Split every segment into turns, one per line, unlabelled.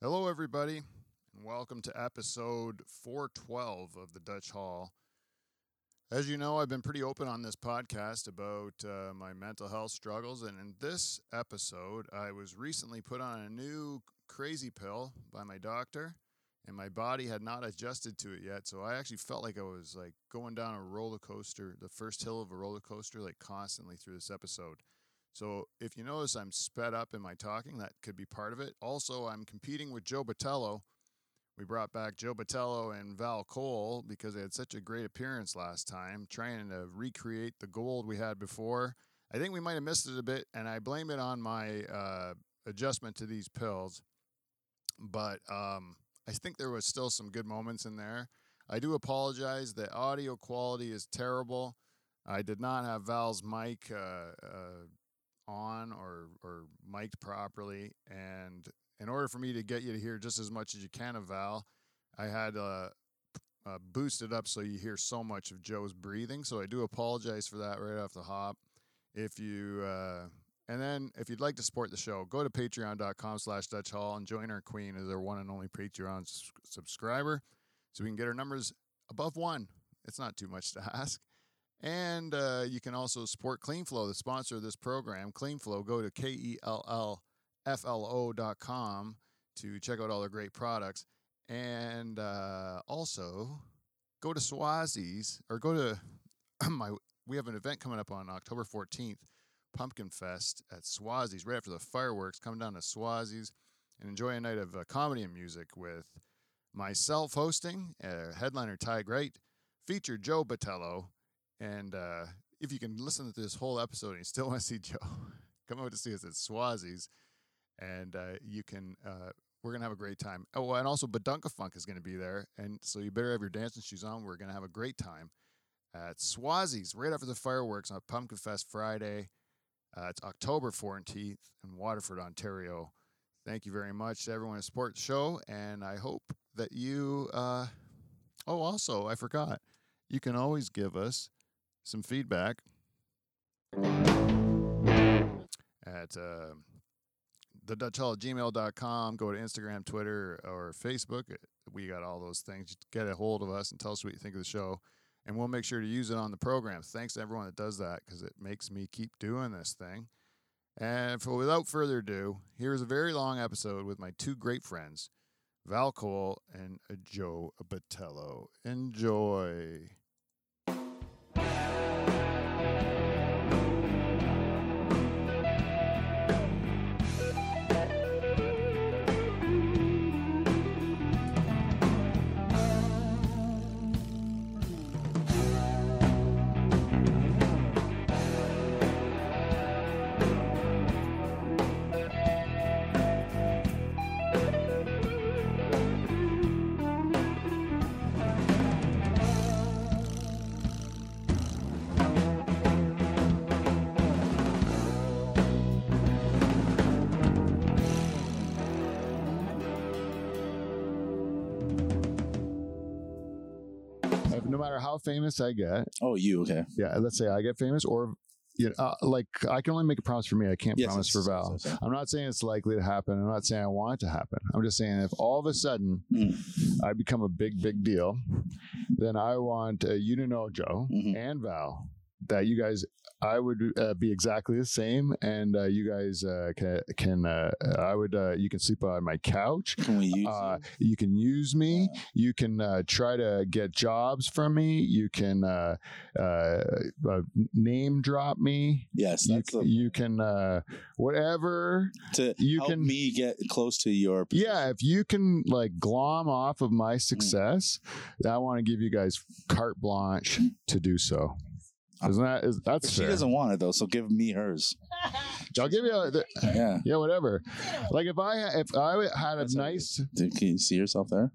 Hello, everybody, and welcome to episode 412 of the Dutch Hall. As you know, I've been pretty open on this podcast about uh, my mental health struggles, and in this episode, I was recently put on a new crazy pill by my doctor, and my body had not adjusted to it yet. So I actually felt like I was like going down a roller coaster, the first hill of a roller coaster, like constantly through this episode. So if you notice, I'm sped up in my talking. That could be part of it. Also, I'm competing with Joe Botello. We brought back Joe Botello and Val Cole because they had such a great appearance last time, trying to recreate the gold we had before. I think we might have missed it a bit, and I blame it on my uh, adjustment to these pills. But um, I think there was still some good moments in there. I do apologize. The audio quality is terrible. I did not have Val's mic uh, uh, on or or mic'd properly. And in order for me to get you to hear just as much as you can of Val, I had uh, uh, boosted up so you hear so much of Joe's breathing. So I do apologize for that right off the hop. If you uh, and then if you'd like to support the show, go to patreon.com slash Dutch Hall and join our queen as our one and only Patreon s- subscriber so we can get our numbers above one. It's not too much to ask. And uh, you can also support CleanFlow, the sponsor of this program. CleanFlow, go to K E L L F L O dot com to check out all their great products. And uh, also go to Swazi's or go to my, we have an event coming up on October 14th, Pumpkin Fest at Swazi's, right after the fireworks. Come down to Swazi's and enjoy a night of uh, comedy and music with myself hosting, uh, headliner Ty Great, feature Joe Botello. And uh, if you can listen to this whole episode and you still want to see Joe, come out to see us at Swazi's. And uh, you can, uh, we're going to have a great time. Oh, and also Badunka Funk is going to be there. And so you better have your dancing shoes on. We're going to have a great time at Swazi's right after the fireworks on Pumpkin Fest Friday. Uh, it's October 14th in Waterford, Ontario. Thank you very much to everyone who supports the show. And I hope that you, uh, oh, also, I forgot, you can always give us some feedback at uh, thedutchhall@gmail.com. Go to Instagram, Twitter, or Facebook. We got all those things. Just Get a hold of us and tell us what you think of the show, and we'll make sure to use it on the program. Thanks to everyone that does that because it makes me keep doing this thing. And for without further ado, here's a very long episode with my two great friends, Val Cole and uh, Joe Botello. Enjoy. If- No matter how famous I get,
Oh, you okay?
yeah let's say i get famous or you know, uh, like i can only make a promise for me i can't promise for
yes,
val
yes, yes.
i'm not saying it's likely to happen i'm not saying i want it to happen i'm just saying if all of a sudden
Mm.
i become a big big deal then i want uh, you to know joe
Mhm.
and val that you guys i would uh, be exactly the same and uh, you guys uh, can can uh, i would uh, you can sleep on my couch
Can we use?
uh,
you?
you can use me. You can uh, try to get jobs from me. You can uh, uh, uh, name drop me.
yes,
You,
that's the-
you can uh, whatever.
to
you
help
can-
me get close to your.
Yeah, if you can like glom off of
Mm.
my success, I want to give you guys carte blanche to do so. Isn't that is,
But
that's
Uh, she
fair?
doesn't want it though, so give me hers.
I'll give you a,
Yeah,
yeah, whatever. Like if I if I had a
That's how it
nice
Dude, can you see yourself there?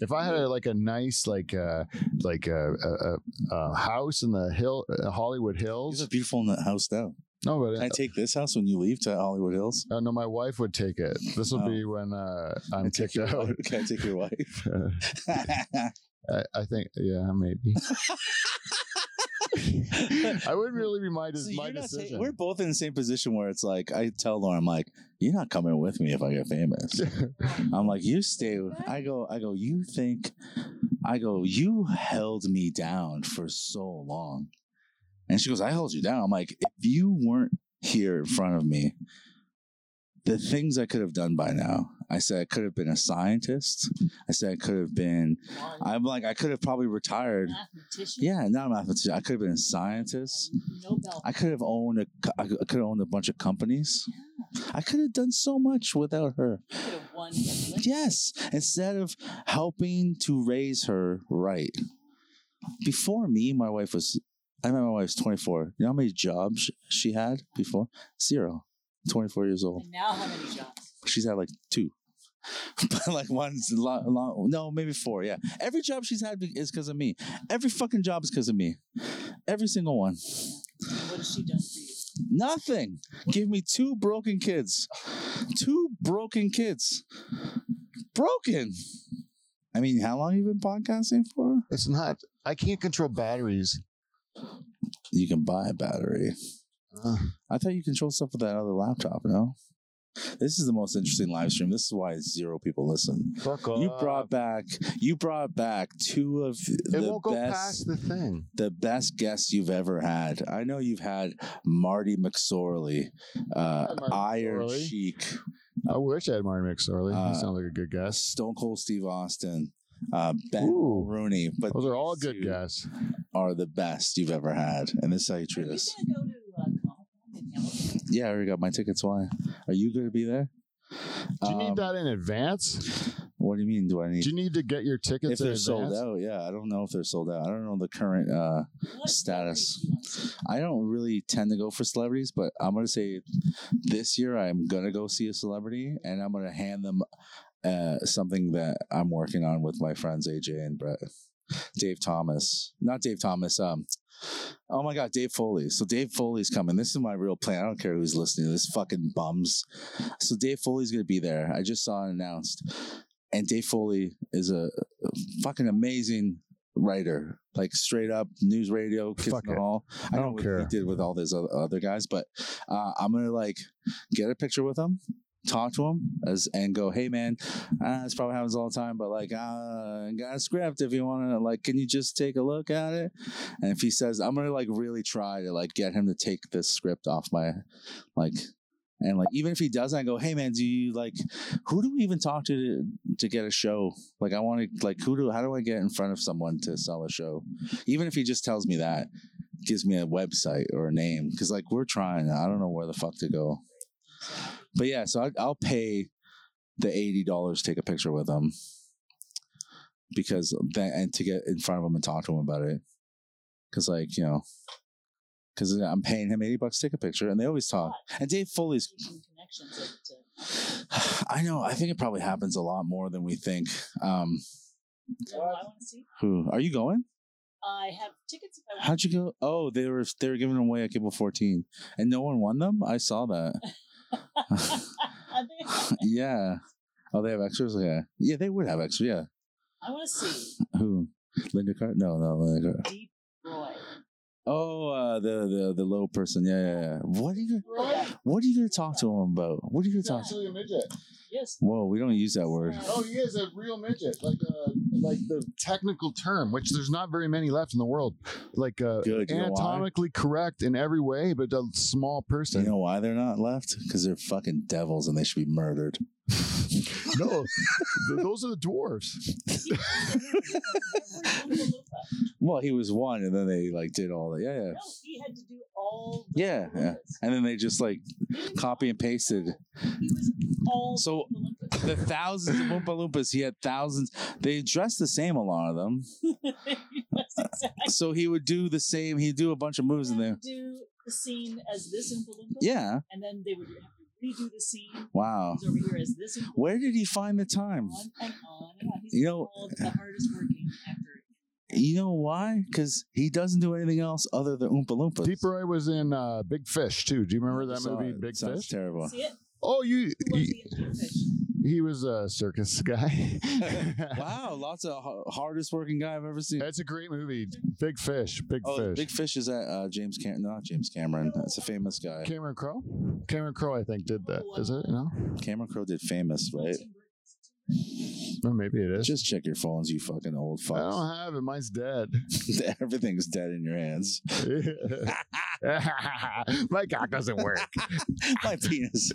If I had a, like a nice like uh like a, a, a, a house in the hill uh, Hollywood
You
Hills,
look beautiful in that house now.
no, but
Can I take this house when you leave to Hollywood Hills?
uh, no, my wife would take it. This will
Oh.
be when uh, I'm
Can I take
kicked
your
out.
wife? Can I take your wife?
I, I think yeah, maybe.
I would really be my,
So
des-
you're
my
not saying-
decision.
we're both in the same position where it's like I tell Laura, I'm like, you're not coming with me if I get famous. I'm like, you stay. I go, I go. You think? I go. You held me down for so long, and she goes, I held you down. I'm like, if you weren't here in front of me, the things I could have done by now. I said I could have been a scientist. I said I could have been. I'm like, I could have probably retired.
Mathematician.
Yeah, not a mathematician. I could have been a scientist.
Nobel.
I could have owned a. co- I could have owned a bunch of companies. I could have done so much without her.
You could have won. the Olympics.
Yes, instead of helping to raise her right. Before me, my wife was. I met my wife's 24. You know how many jobs she had before? Zero. 24 years old.
And now how many jobs?
She's had like two. But like one's a lot, no, maybe four. Yeah. Every job she's had be- is because of me. Every fucking job is because of me. Every single one.
What has she done for you?
Nothing. Give me two broken kids. Two broken kids. Broken. I mean, how long you been podcasting for?
It's not. I can't control batteries.
You can buy a battery.
Uh,
I thought you control stuff with that other laptop, no? This is the most interesting live stream. This is why zero people listen.
fuck
You
off.
brought back you brought back two of
Uh, It
the
won't go past
best
the thing.
the best guests you've ever had. I know you've had Marty McSorley, uh,
Hi, Marty
Iron
McSorley.
Sheik,
I wish I had Martin McSorley.
Uh,
he sounds like a good guess.
Stone Cold Steve Austin, uh, Ben
Ooh.
Rooney, but
Those are all
these
good
two
guess.
Are the best you've ever had, and this is how you treat
Are you
us.
gonna go to uh, Comic-Con in Hamilton?
Yeah, I already got my tickets. Why? Are you going to be there?
Do you
Um,
need that in advance?
What do you mean? Do I need?
Do you need to get your tickets
if they're
in
sold
advance?
out, yeah. I don't know if they're sold out. I don't know the current. uh
What
Status.
country do you want to see?
I don't really tend to go for celebrities, but I'm gonna say this year I'm gonna go see a celebrity, and I'm gonna hand them uh, something that I'm working on with my friends AJ and Brett, Dave Thomas, not Dave Thomas. Um, oh my God, Dave Foley. So Dave Foley's coming. This is my real plan. I don't care who's listening. to This fucking bums. So Dave Foley's gonna be there. I just saw it announced, and Dave Foley is a, a fucking amazing writer. Like straight up news radio, kids
Fuck
in the
it.
hall. I,
don't
know what
care.
he did with all those oth- other guys, but uh, I'm gonna like get a picture with him, talk to him, as and go, hey man, uh, this probably happens all the time, but like, uh, got a script if you want to. Like, can you just take a look at it? And if he says, I'm gonna like really try to like get him to take this script off my, like. And like, even if he doesn't, I go, "Hey man, do you like? Who do we even talk to to, to get a show? Like, I want to like, who do? How do I get in front of someone to sell a show? Even if he just tells me that, gives me a website or a name because like we're trying i don't know where the fuck to go but yeah so I, i'll pay the $80 to take a picture with them because that and to get in front of them and talk to them about it because like you know because i'm paying him 80 bucks to take a picture and they always talk and dave foley's
Making connections at, uh,
i know i think it probably happens a lot more than we think um
so I want to see.
who are you going
I have tickets if I want.
How'd you go? Oh, they were they were giving them away at Cable 14, and no one won them. I saw that.
Are they-
yeah. Oh, they have extras. Yeah, yeah, they would have extras. Yeah.
I want to see
Who? Linda Carr? No, no, Linda Carr.
Deep Roy.
Oh, uh, the the the low person. Yeah, yeah, yeah. What are you
Roy.
What are you gonna talk to him about? What are you gonna talk? to
Actually, a midget.
Yes.
Whoa, we don't use that word.
Oh, he is a real midget, like uh, like the technical term, which there's not very many left in the world. Like uh,
Good. You know why?
anatomically correct in every way, but a small
You
person.
know why they're not left? Because they're fucking devils and they should be murdered.
no, th- those are the dwarves.
Well, he was one, and then they like did all that. Yeah, yeah.
No, he had to do all. The
Yeah, yeah.
Olympics.
And then they just like
He didn't
copy and pasted.
know. He was all.
So-
the Olympics.
the thousands of Oompa Loompas. He had thousands. They dressed the same, a lot of them.
Yes, exactly.
So he would do the same. He'd do a bunch of moves in there.
Do the scene as this Oompa Loompa,
Yeah. Oh.
and then they would have to redo the scene
Wow.
over here as this. Oompa
Where did he find the
Loompa,
time?
On and on and on. He's
You know-
called the hardest working actor.
You know why? Because he doesn't do anything else other than Oompa Loompas.
Deep Roy was in uh, Big Fish too. Do you remember that
Saw
movie,
it.
Big
Sounds
Fish?
terrible.
See it?
Oh, you,
Who was
you
the Indian fish?
He was a circus guy.
Wow, lots of ha- hardest working guy I've ever seen.
That's a great movie. Big Fish. Big
Oh,
Fish.
Big Fish is that uh, James Cameron? Not James Cameron. That's a famous guy.
Cameron Crowe? Cameron Crowe, I think, did that. Is it? No?
Cameron Crowe did famous, right?
Tim Burton's
Or maybe it is.
Just check your phones, you fucking old
I
fucks.
don't have it. Mine's dead.
Everything's dead in your hands.
My cock doesn't work.
my penis.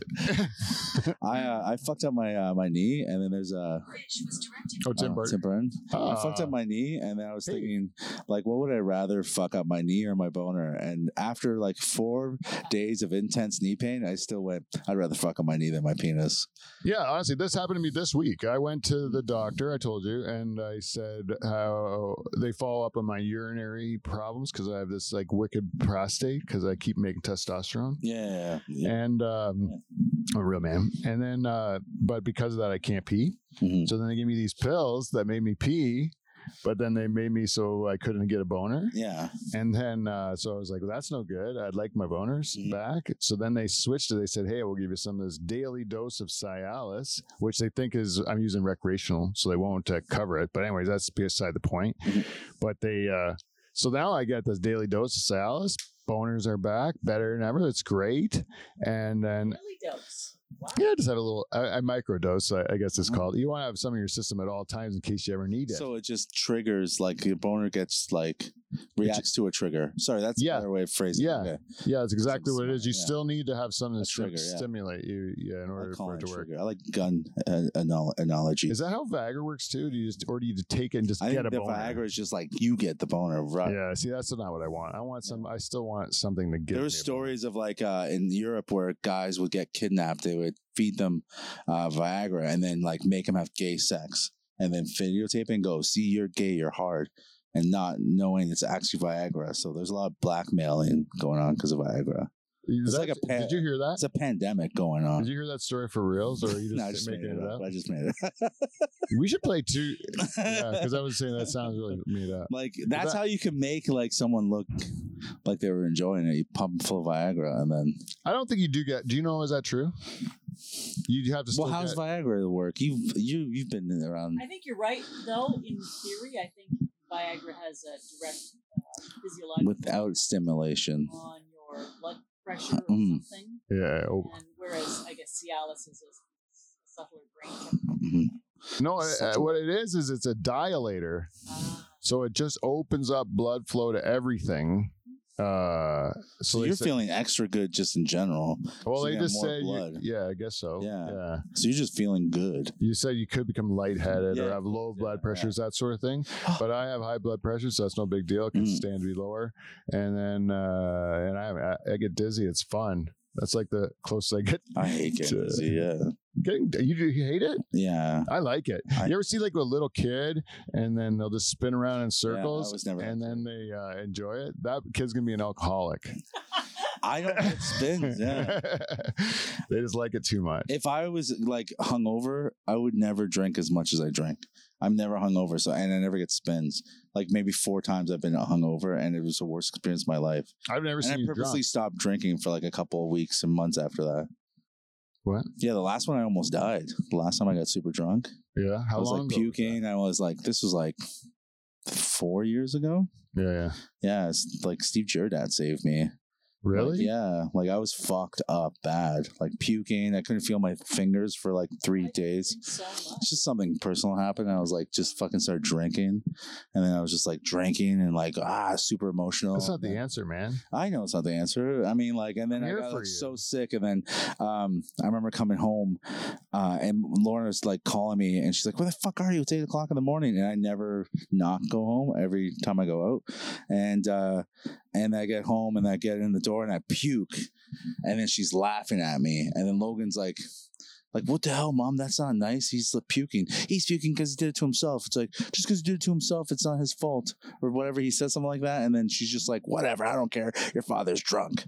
I uh, I fucked up my uh, my knee, and then there's a
Fish was directed
Oh, Tim
uh,
Burton.
I fucked
Ah.
up my knee, and then I was
Hey.
thinking, like, what would I rather fuck up my knee or my boner? And after like four days of intense knee pain, I still went, I'd rather fuck up my knee than my penis.
Yeah, honestly, this happened to me this week. I went to the doctor, I told you, and I said how they follow up on my urinary problems because I have this like wicked prostate because I keep making testosterone.
Yeah, yeah.
And um, I'm a real man. And then, uh, but because of that, I can't pee.
Mhm.
So then they gave me these pills that made me pee, but then they made me so I couldn't get a boner.
yeah.
And then, uh, so I was like, well, that's no good. I'd like my boners
Mhm.
back. So then they switched it. They said, hey, we'll give you some of this daily dose of Cialis, which they think is, I'm using recreational, so they won't uh, cover it. But, anyways, that's beside the point.
Mhm.
But they, uh, so now I get this daily dose of Cialis. Boners are back, better than ever. It's great. And then
Really Dose. Wow.
yeah, just have a little a, a microdose, I, I guess it's
Mhm.
called. You want to have some in your system at all times in case you ever need it.
So it just triggers like your boner gets like reacts to a trigger. Sorry, that's
Yeah.
a better way of phrasing. it.
Yeah.
Okay.
yeah, that's exactly what it is. You
Yeah.
still need to have something
A
to sti-
trigger, yeah.
stimulate you, yeah, in
I
order
call
for it
it a
to work.
trigger. I like gun uh, anal- analogy.
Is that how Viagra works too? Do you just or do you take it and just
I
get
think
a
the
boner?
Viagra is just like you get the boner, right?
Yeah, see, that's not what I want. I want some. I still want something to get.
there
me
were
a boner.
stories of like uh, in Europe where guys would get kidnapped. They would feed them uh, Viagra and then like make them have gay sex and then videotape and go, see, you're gay, you're hard, and not knowing it's actually Viagra. So there's a lot of blackmailing going on because of Viagra.
Is
it's
that-
like a pan-
Did you hear
It's
that?
a pandemic going on.
Did you hear that story for reals, or are you just,
No, I just made
making
it up. I just made it up.
We should play two. Yeah, because I was saying that sounds really made up.
Like that's
that-
how you can make like someone look like they were enjoying it. You pump 'em full of Viagra and then
I don't think you do get. Do you know is that true? You have to. Still
well, how's
get,
Viagra work? You you you've been around.
I think you're right, though. In theory, I think Viagra has a direct uh, physiological
without stimulation.
effect on your blood pressure or
Mm.
something.
yeah. oh,
And whereas I guess Cialis is a subtler brain.
Mhm.
No,
Such
uh,
a-
what it is is it's a dilator.
Uh,
So it just opens up blood flow to everything. Uh, so
So
they
you're
said-
feeling extra good just in general.
well,
so
they
you got
just
more
said, you-
blood.
yeah, I guess so.
Yeah. So you're just feeling good.
You said you could become lightheaded or
Yeah.
have low
Yeah,
blood
yeah.
pressures, that sort of thing. But I have high blood pressure, so that's no big deal. It can
Mm.
stand to be lower, and then uh, and I, I I get dizzy. It's fun. That's like the closest I get.
I hate getting
to-
dizzy. Yeah,
Getting you, you hate it?
yeah.
I like it.
I-
you ever see like a little kid, and then they'll just spin around in circles,
was never that
and then they uh, enjoy it. That kid's gonna be an alcoholic.
I don't get spins. Yeah.
they just like it too much.
If I was like hungover, I would never drink as much as I drink. I'm never hungover, so and I never get spins. Like maybe four times I've been hungover, and it was the worst experience of my life.
I've never
and
seen
I
you
purposely
drunk.
stopped drinking for like a couple of weeks and months after that.
What?
Yeah, the last one I almost died. The last time I got super drunk,
Yeah, how
I was
long?
like
ago was that?
puking. I was like, this was like four years ago.
Yeah, yeah.
Yeah, it's like Steve Jordat saved me.
Really?
Like, yeah, like I was fucked up bad, like puking. I couldn't feel my fingers for like three
I
days.
drink So much.
It's just something personal happened. I was like, just fucking start drinking, and then I was just like drinking and like ah, super emotional.
That's not
And then-
the answer, man.
I know it's not the answer. I mean, like, and then
I'm
I
here
got
for
like,
you.
so sick, and then um, I remember coming home, uh, and Lorna's like calling me, and she's like, "Where the fuck are you? It's eight o'clock in the morning," and I never not go home every time I go out, and uh, and I get home and I get in the door and I puke, and then she's laughing at me, and then Logan's like. Like what the hell, mom? That's not nice. He's like, puking. He's puking because he did it to himself. It's like just because he did it to himself, it's not his fault or whatever. He says something like that, and then she's just like, "Whatever, I don't care. Your father's drunk,"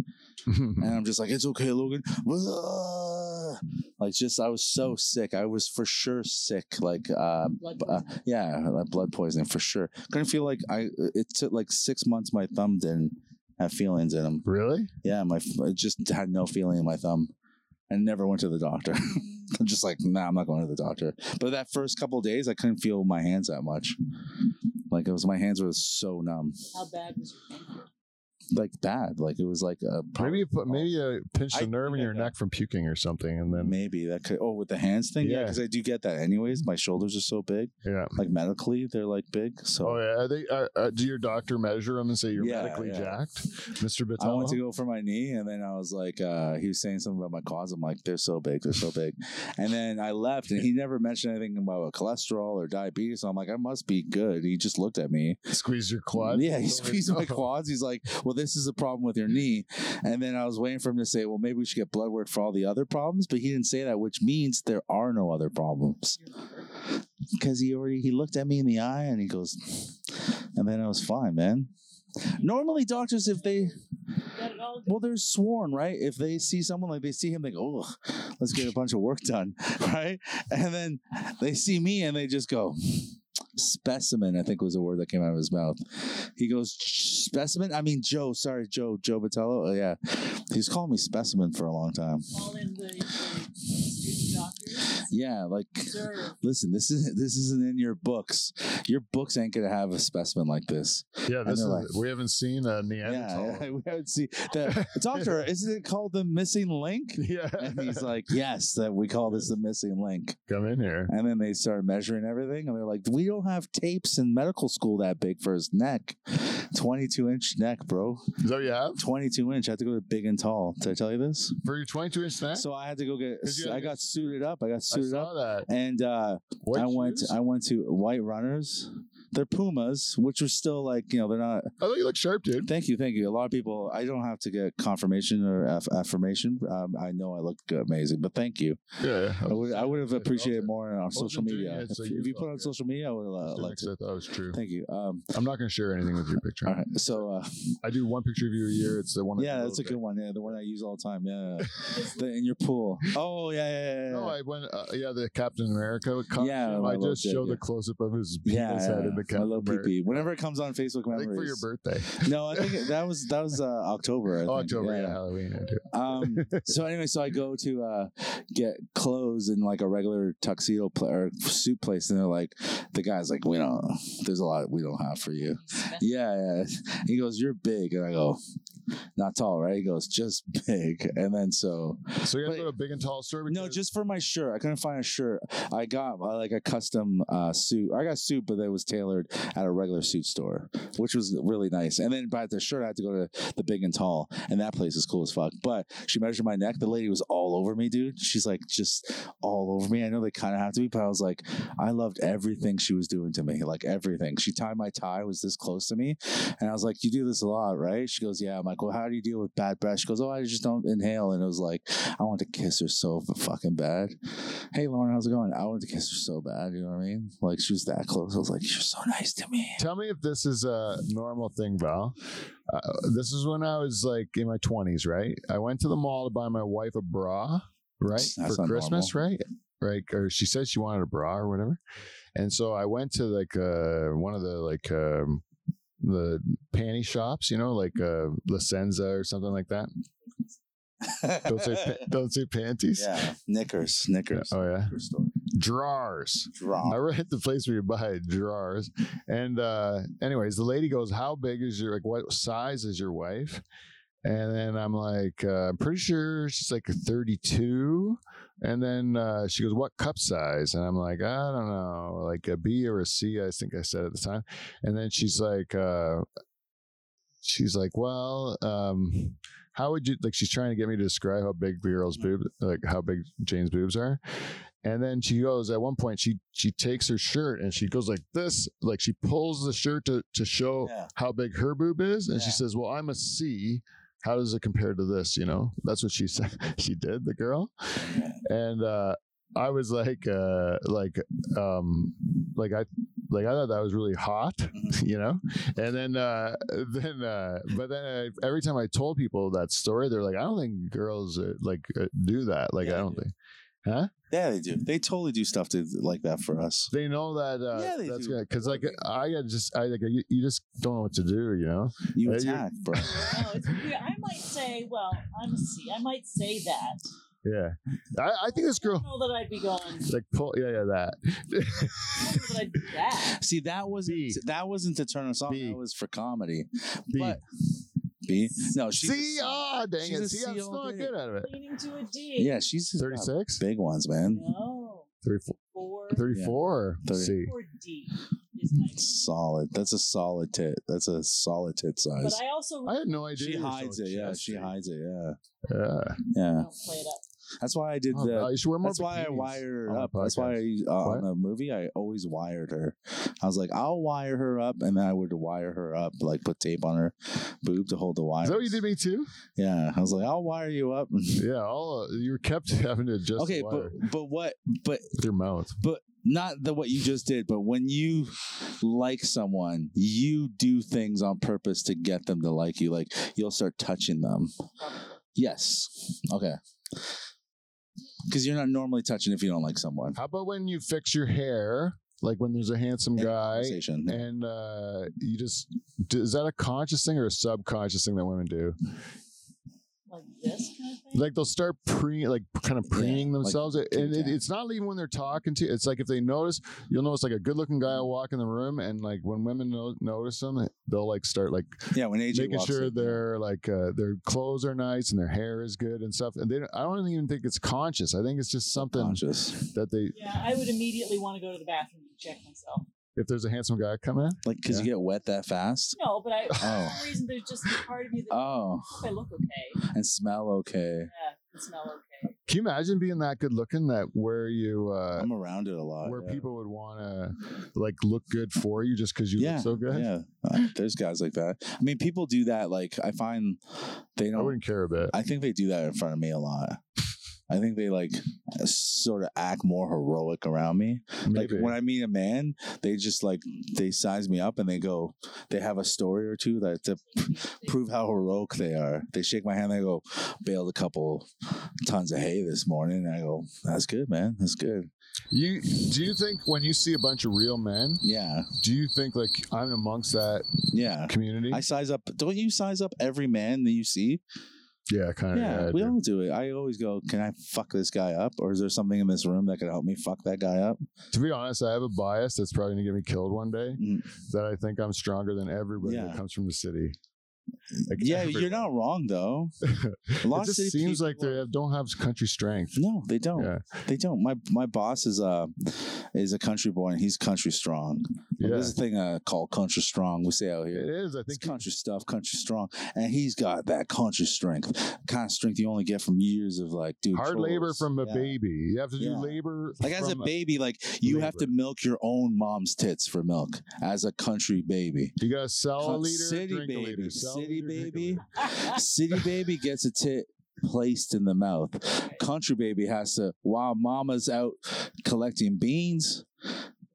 and I'm just like, "It's okay, Logan." Like, just I was so sick. I was for sure sick. Like, uh,
Blood
b- uh,
poisoning.
yeah, like blood poisoning for sure. Couldn't feel like I. It took like six months. My thumb didn't have feelings in them.
really?
Yeah, my f- it just had no feeling in my thumb. I never went to the doctor. I'm just like, nah, I'm not going to the doctor. But that first couple of days, I couldn't feel my hands that much. Like it was, my hands were so numb,
How bad was your finger?
like bad. Like it was like a
Maybe you put, maybe you pinched
I
a nerve in
think I
your
know.
neck from puking or something, and then
maybe that could. Oh, with the hands thing, yeah,
Yeah.
because I do get that anyways. My shoulders are so big.
yeah.
Like medically, they're like big. So
Oh yeah, Are they uh, uh, do your doctor measure them and say you're
Yeah,
medically
yeah.
jacked, Mister
I
Bitello?
went to go for my knee, and then I was like, uh, he was saying something about my cause. I'm like, they're so big, they're so big. And then I left, and he never mentioned anything about cholesterol or diabetes. So I'm like, I must be good. He just looked at me.
Squeeze your quad.
Yeah, he
He's like,
squeezed my
"Oh."
quads. He's like, well, this is a problem with your knee. And then I was waiting for him to say, well, maybe we should get blood work for all the other problems, but he didn't say that, which means there are no other problems because he already he looked at me in the eye and he goes, and then I was fine, man. Normally, doctors, if they
You got it all.
well, they're sworn, right? If they see someone like they see him, they go, "Oh, let's get a bunch of work done," right? And then they see me and they just go, "Specimen," I think was the word that came out of his mouth. He goes, "Specimen." I mean, Joe. Sorry, Joe. Joe Batello. Oh, yeah, he's calling me specimen for a long time.
All in the, the student doctors.
Yeah, like.
Observe.
Listen, this isn't this isn't in your books. Your books ain't gonna have a specimen like this.
Yeah, this is
they're like-
we haven't seen a
Yeah,
Neanderthal.
we would see the doctor. Isn't it called the missing link?
Yeah,
and he's like, "Yes, that we call this the missing link."
come in here.
And then they start measuring everything, and they're like, "We don't have tapes in medical school that big for his neck, twenty-two inch neck, bro,
Is that what you have
twenty-two inch." I had to go to Big and Tall. Did I tell you this?
for your 22 inch snack?
So I had to go get.
Did you-
I got suited up. I got
I
suited
saw
up,
that.
and uh,
White
I went.
shoes?
I went to White Runners. They're Pumas, which are still like you know they're not.
I thought you looked sharp, dude.
Thank you, thank you. A lot of people. I don't have to get confirmation or aff- affirmation. Um, I know I look amazing, but thank you.
Yeah,
I would, I would have
That's
appreciated
awesome.
more on social
doing
media.
it
If,
so
if
you
you
look
put on
good.
social media, I would uh,
Just doing
like
it 'cause
to.
I thought it was true.
Thank you. Um,
I'm not going to share anything with your picture.
all right. So uh,
I do one picture of you a year. It's the one. I
yeah,
do
that's a
little
good one. Yeah, the one I use all the time. Yeah, the, in your pool. Oh yeah, yeah, yeah. yeah.
bit. No, I went. Uh, yeah, the Captain America costume.
Yeah, my
I
little
just
dick,
showed
yeah.
the close up of his penis
yeah,
head in
yeah.
the
my
Captain
little pee
America.
pee. Whenever it comes on Facebook
I
memories.
think for your birthday.
no, I think that was that was uh, October. I
Oh,
think.
October, yeah, Halloween. I do.
um so anyway so i go to uh get clothes in like a regular tuxedo pla- or suit place and they're like the guy's like we don't there's a lot we don't have for you yeah, yeah he goes you're big and i go not tall right he goes just big and then so
So you got to
But-
go to Big and Tall store.
no
because-
just for my shirt i couldn't find a shirt i got uh, like a custom uh suit i got a suit but that was tailored at a regular suit store which was really nice and then by the shirt i had to go to the big and tall and that place is cool as fuck but she measured my neck the lady was all over me dude she's like just all over me i know they kind of have to be but i was like i loved everything she was doing to me like everything she tied my tie was this close to me and i was like you do this a lot right she goes yeah i'm like well how do you deal with bad breath she goes oh i just don't inhale and it was like I wanted to kiss her so f- fucking bad. Hey, Lauren, how's it going? I wanted to kiss her so bad. You know what I mean? Like she was that close. I was like, you're so nice to me.
Tell me if this is a normal thing, Val. Uh, this is when I was like in my 20s, right? I went to the mall to buy my wife a bra, right?
That's
For
not
Christmas, right? Right. Or she said she wanted a bra or whatever. And so I went to like uh, one of the like um, the panty shops, you know, like uh, La Senza or something like that. Don't say, pa- don't say panties.
yeah, knickers, knickers.
Oh, yeah.
Knicker store.
Drawers.
Draw.
I read the place where you buy drawers. And uh, anyways, the lady goes, How big is your like what size is your wife? And then I'm like, uh, I'm pretty sure she's like 32. And then uh, she goes, What cup size? And I'm like, I don't know, like a B or a C, I think I said at the time. And then she's like, uh, She's like, Well, um, how would you like? She's trying to get me to describe how big the girl's
Mm-hmm.
boobs, like how big Jane's boobs are. And then she goes at one point she she takes her shirt and she goes like this, like she pulls the shirt to to show
Yeah.
how big her boob is, and she
Yeah.
says, "Well, I'm a C. How does it compare to this? You know, that's what she said. She did the girl, and uh, I was like, uh, like, um, like I, like I thought that was really hot,
Mm-hmm.
you know. And then, uh, then, uh, but then I, every time I told people that story, they're like, I don't think girls uh, like uh, do that. Like
Yeah,
I
they
don't
do.
think, huh?
Yeah, they do. They totally do stuff to, like that for us.
They know that. Uh,
Yeah, they
that's
do.
good because like I got just I like you, you just don't know what to do, you know.
You
Yeah, you-
attack, bro.
No, it's weird. I might say, well, I'm a C. I might say that,
Yeah. I, I think this
I
girl,
don't know that I'd be going. I
like, pull, yeah, yeah, that.
don't know that I'd do that.
See, that wasn't
B.
that wasn't to turn us off.
B.
That was for comedy.
B.
But B. No, she's a
See,
C.
ah, dang
she's a
it. See, I'm
C all
still not
day.
good out of it.
Leaning to a D.
Yeah, she's just got
36?
big ones, man.
No.
34.
Four.
34.
Thirty.
See.
Four D is my.
Solid. That's a solid tit. That's a solid tit
But
size.
I also
I had no idea.
She
you were so
hides it. Yeah,
chesty.
she hides it. Yeah,
Yeah.
yeah.
don't play it up.
That's why I did
Oh,
the
God, you should wear more
That's why I
bikinis
wire
on
her
the
up. That's why
podcast.
I, uh, on the movie I always wired her. I was like, I'll wire her up, and then I would wire her up, like put tape on her boob to hold the wire.
Is that what you did me too?
Yeah, I was like, I'll wire you up.
Yeah, all uh, you kept having to adjust
okay,
the wire
but but what? But
with your mouth.
not the what you just did. But when you like someone, you do things on purpose to get them to like you. Like you'll start touching them. Yes. Okay. Because you're not normally touching if you don't like someone.
How about when you fix your hair, like when there's a handsome
In a
guy,
conversation.
and uh, you just d- is that a conscious thing or a subconscious thing that women do?
Like this kind of thing.
Like they'll start pre, like kind of preening
like
themselves, and it,
down.
it's not even when they're talking to. you. It's like if they notice, you'll notice like a good-looking guy will walk in the room, and like when women no- notice them, they'll like start like
Yeah, when AJ
making
walks
sure
in.
their like uh, their clothes are nice and their hair is good and stuff. And they don't, I don't even think it's conscious. I think it's just something
conscious.
that they
Yeah, I would immediately want to go to the bathroom to check myself.
if there's a handsome guy coming in.
Like, because you get wet that fast.
No, but I, for
Oh.
some reason, there's just a part of me that
Oh,
"I hope I look okay.
and smell okay.
Yeah, and smell okay.
Can you imagine being that good looking that where you uh,
I'm around it a lot.
where
Oh, yeah.
people would want to like look good for you just because you
Yeah,
look so good?
Yeah, Uh, there's guys like that. I mean, people do that. Like, I find they
I
don't.
wouldn't care a bit.
I think they do that in front of me a lot. I think they like sort of act more heroic around me.
Maybe.
Like when I meet a man, they just like they size me up and they go, they have a story or two that to prove how heroic they are. They shake my hand. They go, bailed a couple tons of hay this morning. And I go, that's good, man. That's good.
you do you think when you see a bunch of real men,
Yeah,
do you think like I'm amongst that
yeah.
community?
I size up. Don't you size up every man that you see?
yeah, kind of.
yeah,
Yeah, I
we
do.
all do it. I always go, can I fuck this guy up, or is there something in this room that could help me fuck that guy up?
to be honest, I have a bias that's probably gonna get me killed one day.
Mm.
That I think I'm stronger than everybody
Yeah.
that comes from the city. Like,
yeah, you're
everyone.
not wrong though. A
It just seems like they have- don't have country strength.
No, they don't.
Yeah,
They don't. My my boss is a is a country boy, and he's country strong.
yeah.
There's a thing uh, called country strong. We say out here.
It is. I
It's
think
country stuff, country strong, and he's got that country strength, kind of strength you only get from years of like, dude,
hard labor
chores.
from a
Yeah.
baby. You have to do
Yeah.
labor.
Like as a
from
baby, like you have to
labor.
milk your own mom's tits for milk as a country baby.
You gotta sell a
Cunt-
liter,
city
drink a
baby,
liter. Sell a liter,
city
drink a
baby.
liter.
Ah,
City baby gets a tit placed in the mouth. Country baby has to while mama's out collecting beans,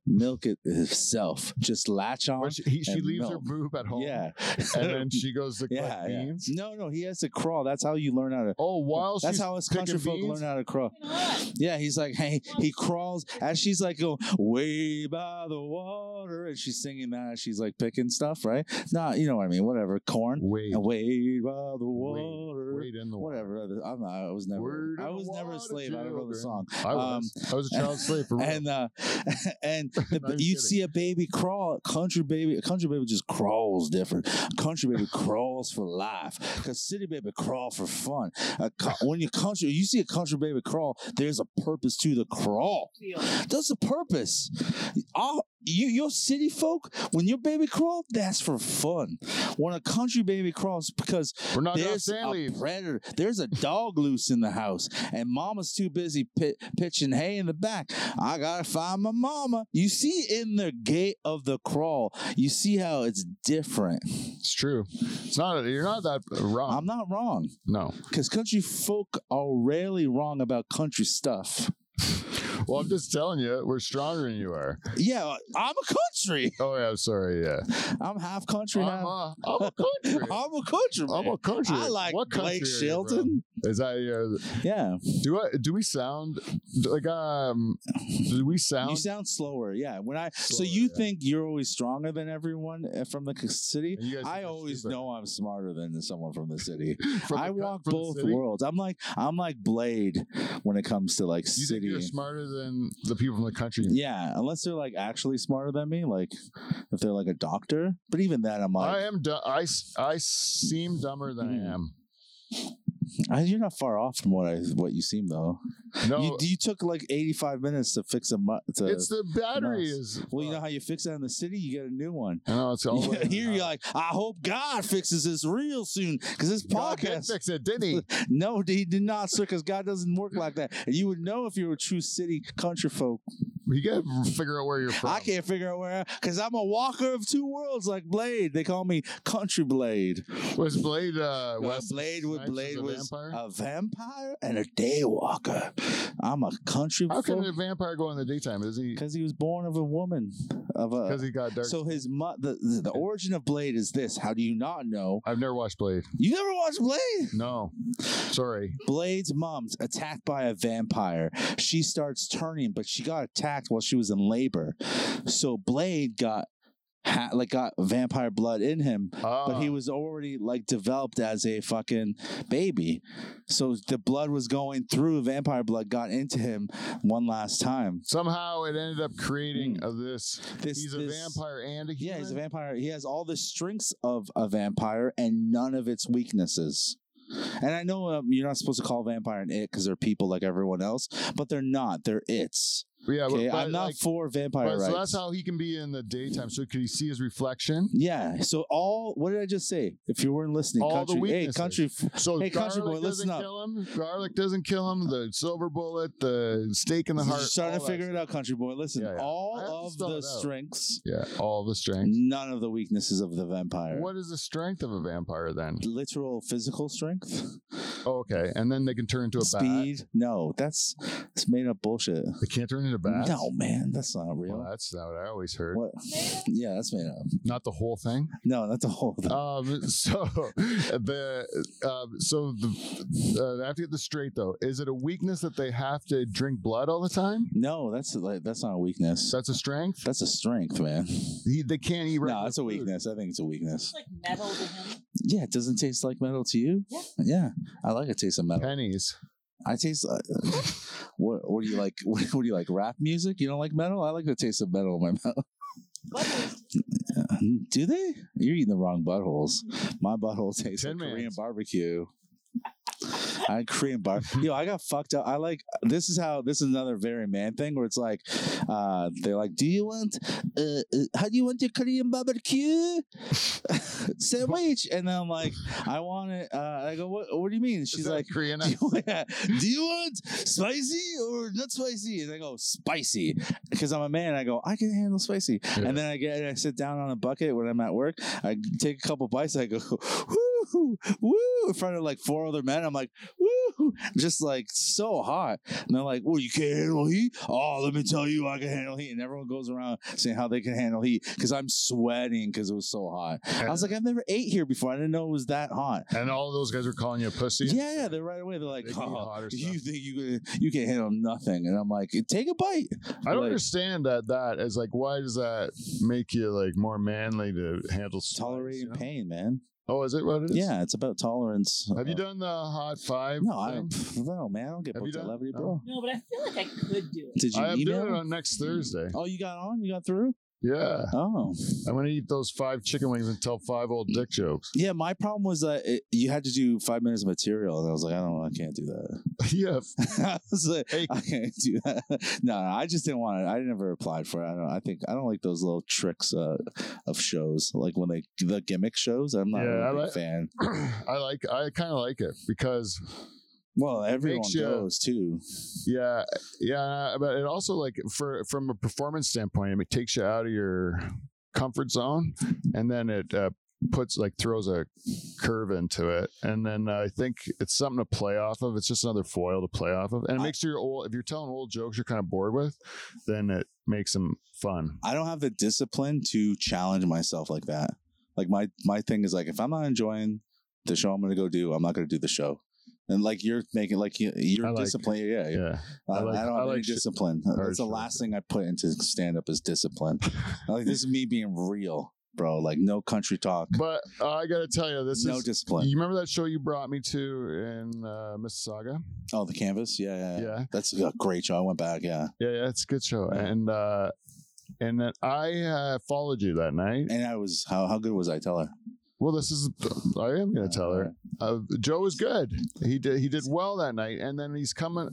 milk it itself. Just latch on.
Or she, he, she
and
leaves her
milk.
boob at home,
Yeah.
and then she goes to collect
yeah, yeah.
beans.
No, no, he has to crawl. That's how you learn how to
Oh, while
That's
she's
how us
picking
country folk
beans?
learn how to crawl.
Fucking hot.
Yeah, he's like, hey, he crawls as she's like going way by the water, and she's singing that as she's like picking stuff, right? Nah, you know what I mean. Whatever, corn.
wait,
And way by the
Wait,
water.
wait in the water.
Whatever. other- I'm not. I was never.
Word in
I
the
was never a
water,
slave. I wrote
children.
the song.
I was. I was a child slave for real.
um, And uh, and the,
No, I'm
you
kidding.
see a baby crawl. Country baby, country baby just crawls different. Country baby crawls for life. Cause city baby crawl for fun. A co- when you country, you see a country baby crawl. There's a purpose to the crawl.
Feel.
That's the purpose. All you, your city folk, when your baby crawl, that's for fun. When a country baby crawls, because
We're not gonna
there's
sand
a
leaf.
predator. There's a dog loose in the house, and Mama's too busy pi- pitching hay in the back. I gotta find my mama. You see, in the gate of the crawl, you see how it's different.
It's true. It's not. You're not that wrong.
I'm not wrong,
no.
because country folk are rarely wrong about country stuff.
Well, I'm just telling you, we're stronger than you are.
Yeah, I'm a country.
Oh yeah, I'm sorry. Yeah,
I'm half country
I'm
now.
a, I'm a country.
I'm a country.
I'm
man.
a country.
I like
What country
Blake
are you from?
Shelton.
Is that your?
Yeah,
Do I? Do we sound like um? Do we
you
sound?
sound slower. Yeah, when I so
Slower,
you
yeah.
think you're always stronger than everyone uh, from the c- city.
You guys
I
think we're
always
stupid.
know I'm smarter than someone from the city.
From
I
the co-
walk
from the
both
city?
worlds. I'm like I'm like Blade when it comes to like
You think
city.
you're smarter than the people from the country?
Yeah, unless they're like actually smarter than me, like if they're like a doctor. But even then, I'm
I
like,
am. Du- I s- I seem dumber than
Mhm.
I am.
I, you're not far off from what I what you seem though.
No,
Mm. You, you took like 85 minutes to fix a mu- to,
it's the battery
mouse.
is.
Well, you know how you fix that in the city, you get a new one.
I know it's all the way in
Here
the
you're
house.
like, I hope God fixes this real soon because this
God did
podcast.
fix it, didn't he?
No, he did not, sir, because God doesn't work like that. And you would know if you were a true city country folk.
You gotta figure out where you're from.
I can't figure out where, because I'm a walker of two worlds, like Blade. They call me Country Blade.
Was Blade uh,
Well,
West
Blade with
Snipes
Blade
a
was
vampire?
a vampire and a daywalker. I'm a country
How can a vampire go in the daytime? Is he
because he was born of a woman of
because
a.
he got dark?
uh, So his mo- the, the the origin of Blade is this. How do you not know?
I've never watched Blade.
You never watched Blade?
No, sorry.
Blade's mom's attacked by a vampire. She starts turning, but she got attacked while she was in labor. So Blade got ha- like got vampire blood in him,
Ah,
but he was already like developed as a fucking baby. So the blood was going through, vampire blood got into him one last time.
somehow it ended up creating uh, this.
This,
He's a
Mm. this-
vampire and a human.
Yeah, he's a vampire. He has all the strengths of a vampire and none of its weaknesses. And I know um, you're not supposed to call vampire an it because they're people like everyone else, but they're not. They're its.
Yeah, but,
Okay,
but,
I'm not
like,
for vampire
but,
rights.
so that's how he can be in the daytime. So could he see his reflection?
yeah. So all. What did I just say? If you weren't listening,
All the
country. hey,
weaknesses.
country. f-
So
Hey,
garlic
country boy,
doesn't
listen up.
kill him. Garlic doesn't kill him. The silver bullet, the stake in the
You're
heart.
starting to
all that
figure it out, country boy. Listen,
Yeah, yeah. I have to
all of
spell
the
it out.
strengths,
stuff. Yeah, all the strength.
none of the weaknesses of the vampire.
What is the strength of a vampire then?
Literal physical strength,
Oh, okay, and then they can turn into a bat.
speed. No, that's it's made up bullshit.
They can't turn into bats.
No, man, that's not real.
Well, that's not what I always heard.
What? Yeah, that's made up.
Not the whole thing.
No, that's a whole thing.
Um, so the um, so the uh, I have to get this straight though. Is it a weakness that they have to drink blood all the time?
no, that's like that's not a weakness.
That's a strength.
That's a strength, man.
He, they can't eat.
No,
regular
that's a
food.
weakness. I think it's a
It's
weakness.
like metal to him.
Yeah, it doesn't taste like metal to you.
Yeah.
Yeah, I like a taste of metal.
Pennies.
I taste. Uh, what? What do you like? What, what do you like? Rap music? You don't like metal? I like the taste of metal in my mouth.
Buttholes.
Mm, Do they? You're eating the wrong buttholes. My butthole tastes
Tin
like Korean
Man's.
barbecue. I had Korean bar. Yo, I got fucked up. I like this is how this is another very man thing where it's like, uh, they're like, do you want, uh, uh, how do you want your Korean barbecue sandwich? And then I'm like, I want it. Uh, I go, what? What do you mean?
Is
She's
that
like,
Korean.
do you, yeah. do you want spicy or not spicy? And I go spicy because I'm a man. I go I can handle spicy.
Yeah.
And then I get I sit down on a bucket when I'm at work. I take a couple bites. I go woo woo in front of like four other men. I'm like woo, just like so hot. And they're like, well, you can't handle heat. Oh, let me tell you, I can handle heat. And everyone goes around saying how they can handle heat because I'm sweating because it was so hot. I was like, I've never ate here before. I didn't know it was that hot.
and all those guys are calling you a pussy.
Yeah, yeah, they're right away. They're like,
They can eat
oh,
hotter stuff."
you think you can you can handle nothing? And I'm like, take a bite.
I don't
Like,
understand that. That is like, why does that make you like more manly to handle spice, you
tolerating
know?
pain, man.
Oh, is it what it is?
Yeah, it's about tolerance.
Have you
Uh,
done the hot five?
No, I
thing?
don't, no, man, I don't get
Have you
booked at
done-
Levity,
no.
bro.
No, but I feel like I could do it.
Did you
I am doing it
email?
on next Thursday.
Oh, you got on? You got through?
Yeah,
Oh,
I'm gonna eat those five chicken wings and tell five old dick jokes.
yeah. My problem was that it, you had to do five minutes of material, and I was like, I don't, I can't do that.
yeah,
I was like,
Hey.
I can't do that. No, no, I just didn't want it. I never applied for it. I don't. I think I don't like those little tricks uh, of shows, like when they the gimmick shows. I'm not
Yeah,
really
I
a big
like-
fan.
I like. I kind of like it because
Well, everyone
you-
goes too.
yeah, yeah. But it also like for from a performance standpoint, it takes you out of your comfort zone, and then it uh, puts like throws a curve into it, and then uh, I think it's something to play off of. It's just another foil to play off of, and it
I-
makes your old if you're telling old jokes you're kind of bored with, then it makes them fun.
I don't have the discipline to challenge myself like that. Like my my thing is like if I'm not enjoying the show I'm going to go do, I'm not going to do the show. And like you're making like you- you're
I like-
disciplined. Yeah, yeah.
Yeah,
I,
I
I
like-
don't
I
have any
like sh-
discipline.
or
That's the
show.
last thing I put into stand up is discipline. like this is me being real, bro. Like no country talk,
but uh, I gotta tell you, this
no
is.
discipline.
you remember that show you brought me to in uh, Mississauga?
oh, the canvas. Yeah, yeah, yeah.
Yeah,
That's a great show. I went back. Yeah,
yeah, yeah. It's a good show,
Yeah.
and uh, and then I uh, followed you that night.
and I was how how good was I? Tell her.
Well, this is I am going to tell her. Uh, Joe was good. He did he did well that night, and then he's coming.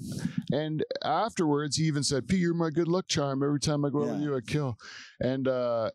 And afterwards, he even said, "Pete, you're my good luck charm. Every time I go out with
Yeah.
you, I kill." And uh,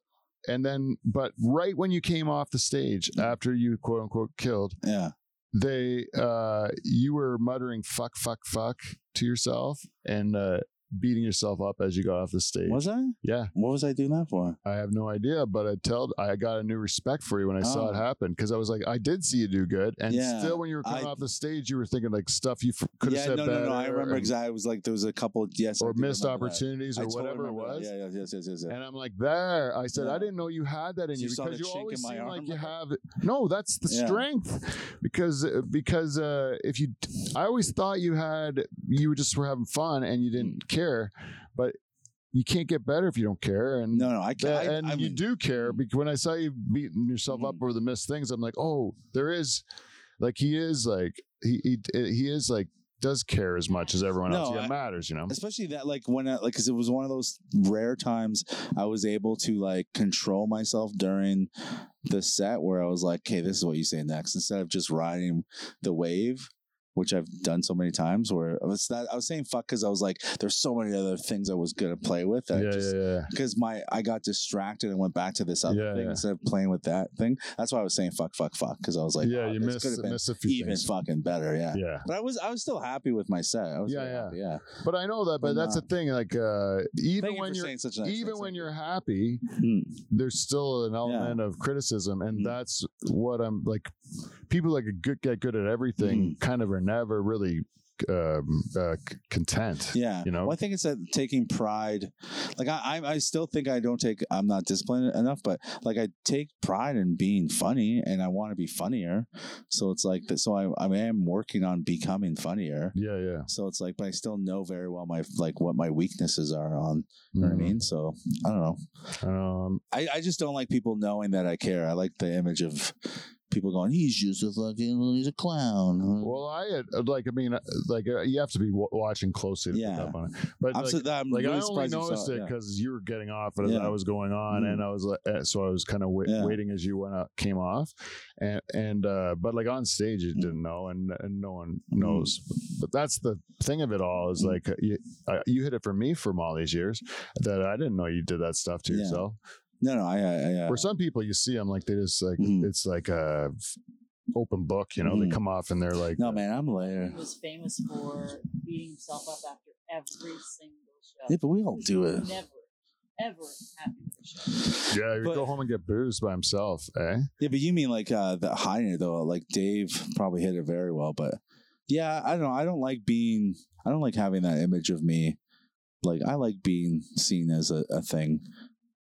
and then, but right when you came off the stage after you quote unquote killed,
Yeah,
they uh, you were muttering "fuck, fuck, fuck" to yourself and uh, beating yourself up as you got off the stage.
was I?
yeah.
What was I doing that for?
I have no idea, but I tell I got a new respect for you when I saw
Oh.
it happen because I was like, I did see you do good, and
Yeah,
still when you were coming
I-
off the stage, you were thinking like stuff you f- could have
yeah,
said
no,
better,
no, no. I remember
and-
exactly. I was like, there was a couple. Yes, I
or
do
missed
remember that.
opportunities
I
or
totally
whatever it
remember that.
was.
Yeah, yeah, yes, yes, yes. yes.
And I'm like, there. I said, I
Yeah.
didn't know you had that in
So
you
you saw
because
the
you
chink in
always
my
seem
arm?
like you have. No, that's the
Yeah.
strength, because because uh, if you, I always thought you had, you just were having fun and you
Mm.
didn't care, but you can't get better if you don't care. And
no, no, I
yeah,
can't.
and
I, I
you
would-
do care
Mm.
because when I saw you beating yourself up
Mhm.
over the missed things, I'm like, oh, there is, like he is like he he eh, he is like does care as much as everyone else.
No,
Yeah, it
I-
matters, you know.
especially that like when I, like because it was one of those rare times I was able to like control myself during the set where I was like, okay, this is what you say next instead of just riding the wave. Which I've done so many times, where I was that I was saying fuck because I was like, there's so many other things I was gonna play with that I
Yeah,
just
yeah, yeah.
because my I got distracted and went back to this other
Yeah,
thing
yeah.
instead of playing with that thing. That's why I was saying fuck, fuck, fuck because I was like,
yeah,
oh,
you
this could
miss
have been
miss a few
even
things.
fucking better, yeah.
Yeah,
But I was I was still happy with my set. I was
Yeah,
yeah,
yeah.
yeah, yeah.
but I know that. But
But
that's the
not-
thing. Like uh, even
Thank you
when
for
you're
saying such a nice thing.
even when
Thank
you're happy,
you. Mm.
there's still an element of criticism, and
Mhm.
that's what I'm like. People that get good get good at everything
Mm-hmm.
kind of are never really um, uh, c- content.
yeah,
you know?
Well, I think it's that taking pride. Like I, I, I still think I don't take. I'm not disciplined enough, but like I take pride in being funny, and I want to be funnier. So it's like that. So I, I am working on becoming funnier.
Yeah, yeah.
So it's like, but I still know very well my like what my weaknesses are on. You
Mm-hmm.
know what I mean? So I don't know.
Um,
I, I just don't like people knowing that I care. I like the image of people going, "He's just a fucking, he's a clown."
well, I had, like. I mean, uh, like uh, you have to be w- watching closely to
Yeah.
pick up on it. But
I'm
like,
so, I'm
like,
really
I only
surprised you saw
noticed it
yeah.
because you were getting off and as
Yeah. Mm-hmm.
I was going on, and I was like, eh, so I was kind of wait,
Yeah.
waiting as you went out, came off, and and uh, but like on stage, you
Mm.
didn't know, and, and no one
Mm.
knows. But that's the thing of it all is
Mm.
like uh, you, uh, you hid it from me from all these years that I didn't know you did that stuff to
Yeah.
yourself.
No, no, I, uh, I, I
Where some people you see them like they just like
Mhm.
it's like a f- open book, you know, they
Mhm.
come off and they're like,
no, man, I'm later.
He was famous for beating himself up after every single show.
Yeah, but we all
He
do
was
it.
Never, ever happy with a show.
Yeah, you
But-
go home and get boozed by himself, eh?
Yeah, but you mean like uh, the hiding it though? Like Dave probably hit it very well, but yeah, I don't know. I don't like being. I don't like having that image of me. Like I like being seen as a, a thing,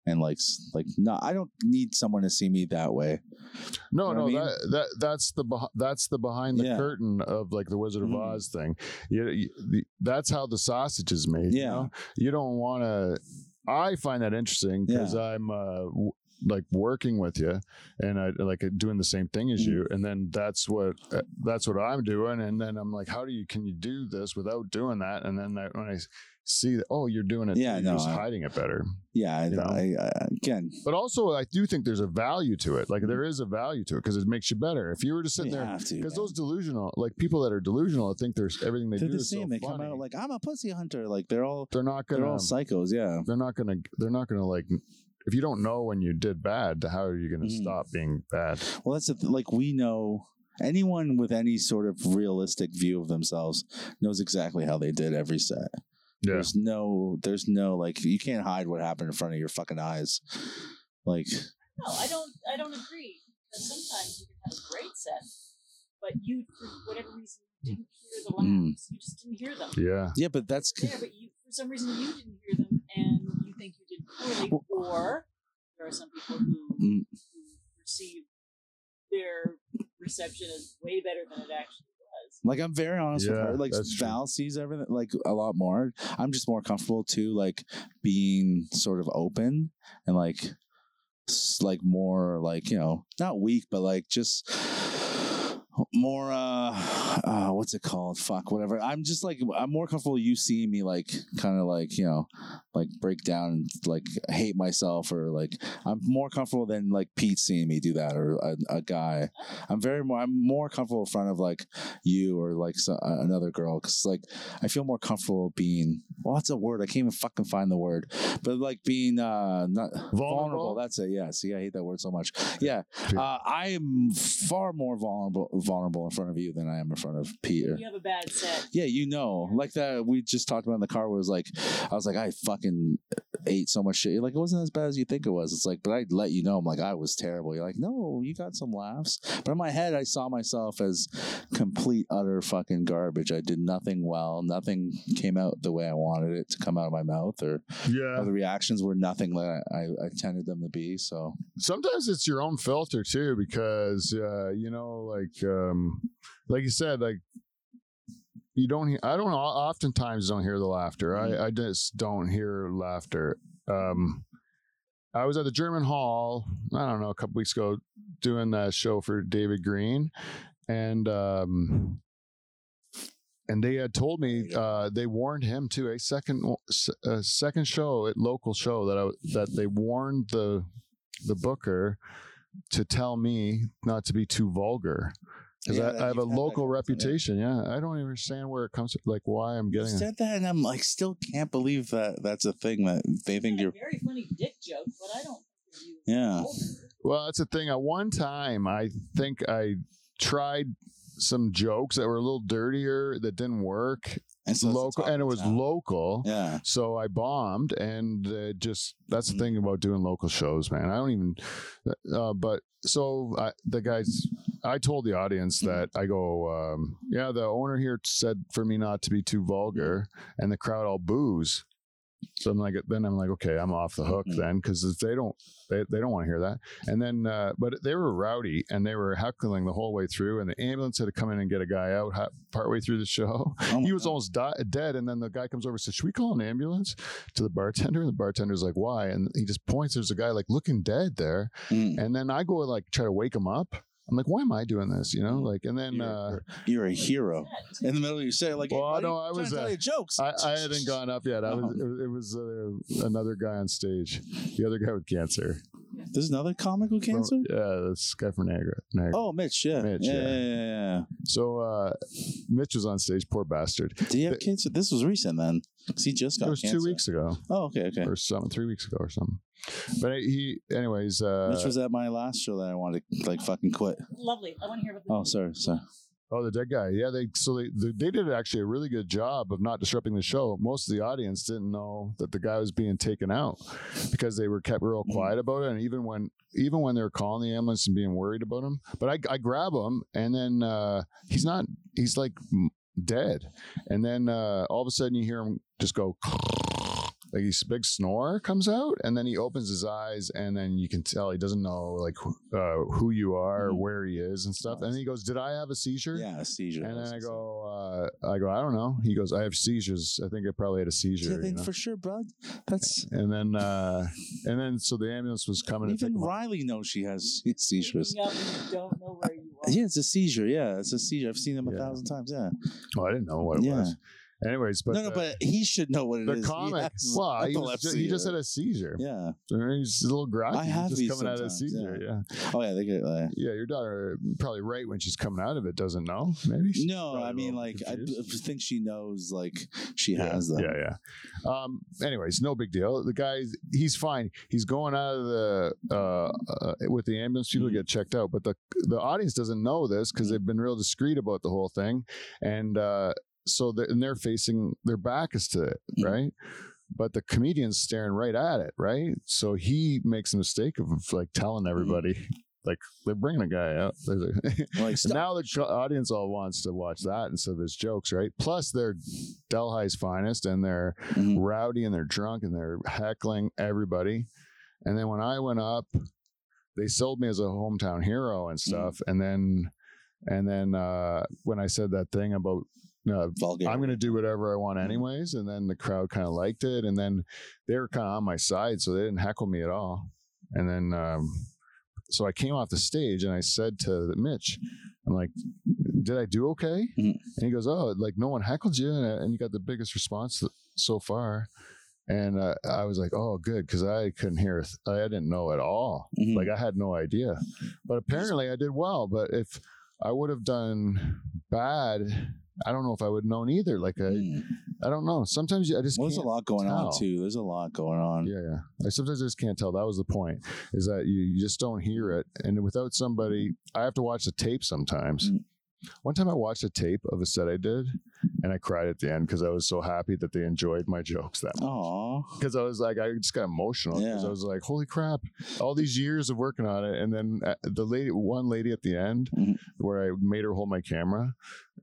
and like s- like no, I don't need someone to see me that way.
No,
You know
no,
what I mean?
that, that that's the beh- that's the behind the
Yeah.
curtain of like the Wizard of
Mhm.
Oz thing. You, you, the- that's how the sausage is made. you
Yeah.
know? you don't want to. I find that interesting because I'm uh, w- like working with you, and I like doing the same thing as
Mhm.
you, and then that's what uh, that's what I'm doing, and then I'm like, how do you can you do this without doing that? And then I, when I see that, oh, you're doing it,
Yeah,
too,
no,
you're just
I-
hiding it better.
Yeah, I,
You know?
I, I, again,
But also, I do think there's a value to it. Like there is a value to it because it makes you better. If you were just sitting
you
there
have to
because
Mm-hmm. man.
those delusional, like people that are delusional, think there's everything they
they're
do
the
is so
same. they come
funny.
out like I'm a pussy hunter. Like they're all
they're not
they're
gonna.
all psychos. Yeah,
they're not gonna. They're not gonna like. If you don't know when you did bad, how are you gonna
Mhm.
stop being bad?
Well, that's the th- like we know anyone with any sort of realistic view of themselves knows exactly how they did every set.
Yeah.
There's no, there's no like you can't hide what happened in front of your fucking eyes. Like,
No, I don't. I don't agree. because sometimes you can have a great set, but you, for whatever reason, didn't hear the
Mm.
laughs. You just didn't hear them.
Yeah.
Yeah, but that's
Yeah, but you, for some reason, you didn't hear them, and you think you did poorly,
Well-
or there are some people who,
Mm.
who perceive their reception as way better than it actually was.
Like I'm very honest with
Yeah,
her. Like
that's true.
Val sees everything like a lot more. I'm just more comfortable to like being sort of open and like s- like more like you know not weak but like just more uh, uh what's it called fuck whatever i'm just like i'm more comfortable you seeing me like kind of like you know like break down and like hate myself or like i'm more comfortable than like pete seeing me do that or a, a guy i'm very more i'm more comfortable in front of like you or like so, uh, another girl because like I feel more comfortable being well that's a word I can't even fucking find the word but like being uh not vulnerable,
Vulnerable?
that's it yeah see I hate that word so much yeah uh, I am far more vulnerable vulnerable in front of you than I am in front of Peter
You have a bad set.
yeah, you know, like that we just talked about in the car where it was like, I was like, I fucking ate so much shit. You're like, it wasn't as bad as you think it was. It's like, but I let you know, I'm like, I was terrible. You're like, no, you got some laughs. But in my head, I saw myself as complete, utter fucking garbage. I did nothing well. Nothing came out the way I wanted it to come out of my mouth, or, or
Yeah.
the reactions were nothing that I, I intended them to be. So,
Sometimes it's your own filter too, because uh, you know, like um, like you said, like you don't. Hear, I don't. o- Oftentimes, don't hear the laughter. I, I just don't hear laughter. Um, I was at the German Hall. I don't know a couple weeks ago doing that show for David Green, and um, and they had told me uh, they warned him to a second a second show at local show that I that they warned the the booker to tell me not to be too vulgar because
Yeah,
I, I have a
you've had that
local
conversation, yeah.
reputation. Yeah, I don't even understand where it comes like why I'm
you
getting it.
said that, and I'm like, still can't believe that that's a thing that they think
You had a
you're.
very funny dick joke, but I don't think you.
Yeah.
Well, that's the thing. At one time, I think I tried some jokes that were a little dirtier that didn't work
And so it's a
local,
talking
and it was
town.
local.
Yeah.
So I bombed, and uh, just that's the
Mm.
thing about doing local shows, man. I don't even, uh, but so I, the guys, I told the audience that I go, um, yeah, the owner here said for me not to be too vulgar, and the crowd all boos. So I'm like, then I'm like, okay, I'm off the hook
Mm.
then, because if they don't, they, they don't want to hear that. And then, uh, but they were rowdy and they were heckling the whole way through, and the ambulance had to come in and get a guy out ha- partway through the show
Oh my
he was
God.
almost di- dead. And then the guy comes over and says, Should we call an ambulance to the bartender? And the bartender's like, Why? And he just points. There's a guy like looking dead there.
Mm.
And then I go like try to wake him up. I'm like, Why am I doing this? You know, like, and then uh,
Mm-hmm. You're a hero.
That, too.
In the middle, of you say like,
Well,
"Hey, buddy,
no, I
I'm trying
was,
to tell
uh,
you jokes."
I, I hadn't gone up yet. I was, it, it was uh, another guy on stage, the other guy with cancer.
There's another comic with
From-
cancer.
yeah, this guy from Niagara. Niagara.
Oh, Mitch, yeah.
Mitch,
yeah,
yeah.
yeah, yeah, yeah,
So uh, Mitch was on stage, poor bastard.
yeah. Did he have cancer? This was recent then, 'cause he just got
It was
cancer.
two weeks ago
Oh, okay, okay.
or something, three weeks ago or something. But he, anyways, uh,
Mitch was at my last show that I wanted to like fucking quit.
Lovely. I want to hear about the.
Oh, sorry, sorry.
Oh, the dead guy. Yeah, they so they they they did actually a really good job of not disrupting the show. Most of the audience didn't know that the guy was being taken out because they were kept real
Mhm.
quiet about it. And even when even when they were calling the ambulance and being worried about him, but I I grab him and then uh, he's not he's like m- dead. And then uh, all of a sudden you hear him just go. Like he's big snore comes out, and then he opens his eyes, and then you can tell he doesn't know like who- uh, who you are, or
Mhm.
where he is, and stuff. And then he goes, "Did I have a seizure?"
Yeah, a seizure.
And then I
That's
go, uh, I go, I don't know. He goes, I have seizures. I think I probably had a
it. Yeah,
seizure.
I
you
think
know?
for sure, bud. That's
and then, uh, and then, so the ambulance was coming. to pick
even
him up.
Riley knows she has seizures.
Waking up and you don't know where you are.
Yeah, it's a seizure. Yeah, it's a seizure. I've seen them a
Yeah.
thousand times. Yeah.
Oh, I didn't know what it
Yeah.
was. Anyways, but
no, no,
the,
but he should know what it is.
the
He
comic,
has
well, he, was just,
epilepsy
he just
or-
had a seizure.
Yeah.
He's a little groggy.
I
He's
have
just
these
coming out of a
sometimes,
seizure. Yeah. yeah,
Oh yeah, they get. Uh,
Your daughter probably right when she's coming out of it doesn't know. Maybe. She's
no,
probably
I
a
mean
little
like I, b-
confused.
think she knows like she
yeah,
has them.
Yeah, yeah. Um, anyways, no big deal. The guy's he's fine. He's going out of the uh, uh with the ambulance people
Mhm.
get checked out, but the the audience doesn't know this because they've been real discreet about the whole thing, and uh, so the, and they're facing their back is to it,
Mhm.
right? But the
Mm-hmm.
comedian's staring right at it, right? So he makes a mistake of like telling everybody Like they're bringing a guy out. There's a-
Like
And
stop.
now the tr- audience all wants to watch that instead of his jokes, right? Plus, they're Delhi's finest, and they're
Mhm.
rowdy, and they're drunk, and they're heckling everybody. And then when I went up, they sold me as a hometown hero and stuff. And then, and then uh, when I said that thing about uh,
vulgar.
I'm going to do whatever I want anyways, and then the crowd kind of liked it, and then they were kind of on my side, so they didn't heckle me at all. And then, um, so I came off the stage and I said to Mitch, "I'm like, did I do okay?"
Mhm.
And he goes, "Oh, like no one heckled you, and, and you got the biggest response th- so far." And uh, I was like, "Oh, good," because I couldn't hear. a th- I didn't know at all.
Mhm.
Like I had no idea. But apparently I did well. But if I would have done bad, I don't know if I would have known either. Like I,
Mm.
I don't know. Sometimes you- I uh, just
Well, there's a
can't-
lot going on
tell.
too. There's a lot going on.
Yeah, yeah. I sometimes I just can't tell. That was the point. Is that you, you just don't hear it. And without somebody
Hmm.
I have to watch the tape sometimes.
Mm.
One time I watched a tape of a set I did and I cried at the end because I was so happy that they enjoyed my jokes that much.
Aw.
because I was like, I just got emotional because
Yeah.
I was like, holy crap, all these years of working on it. And then uh, the lady, one lady at the end
Mhm.
where I made her hold my camera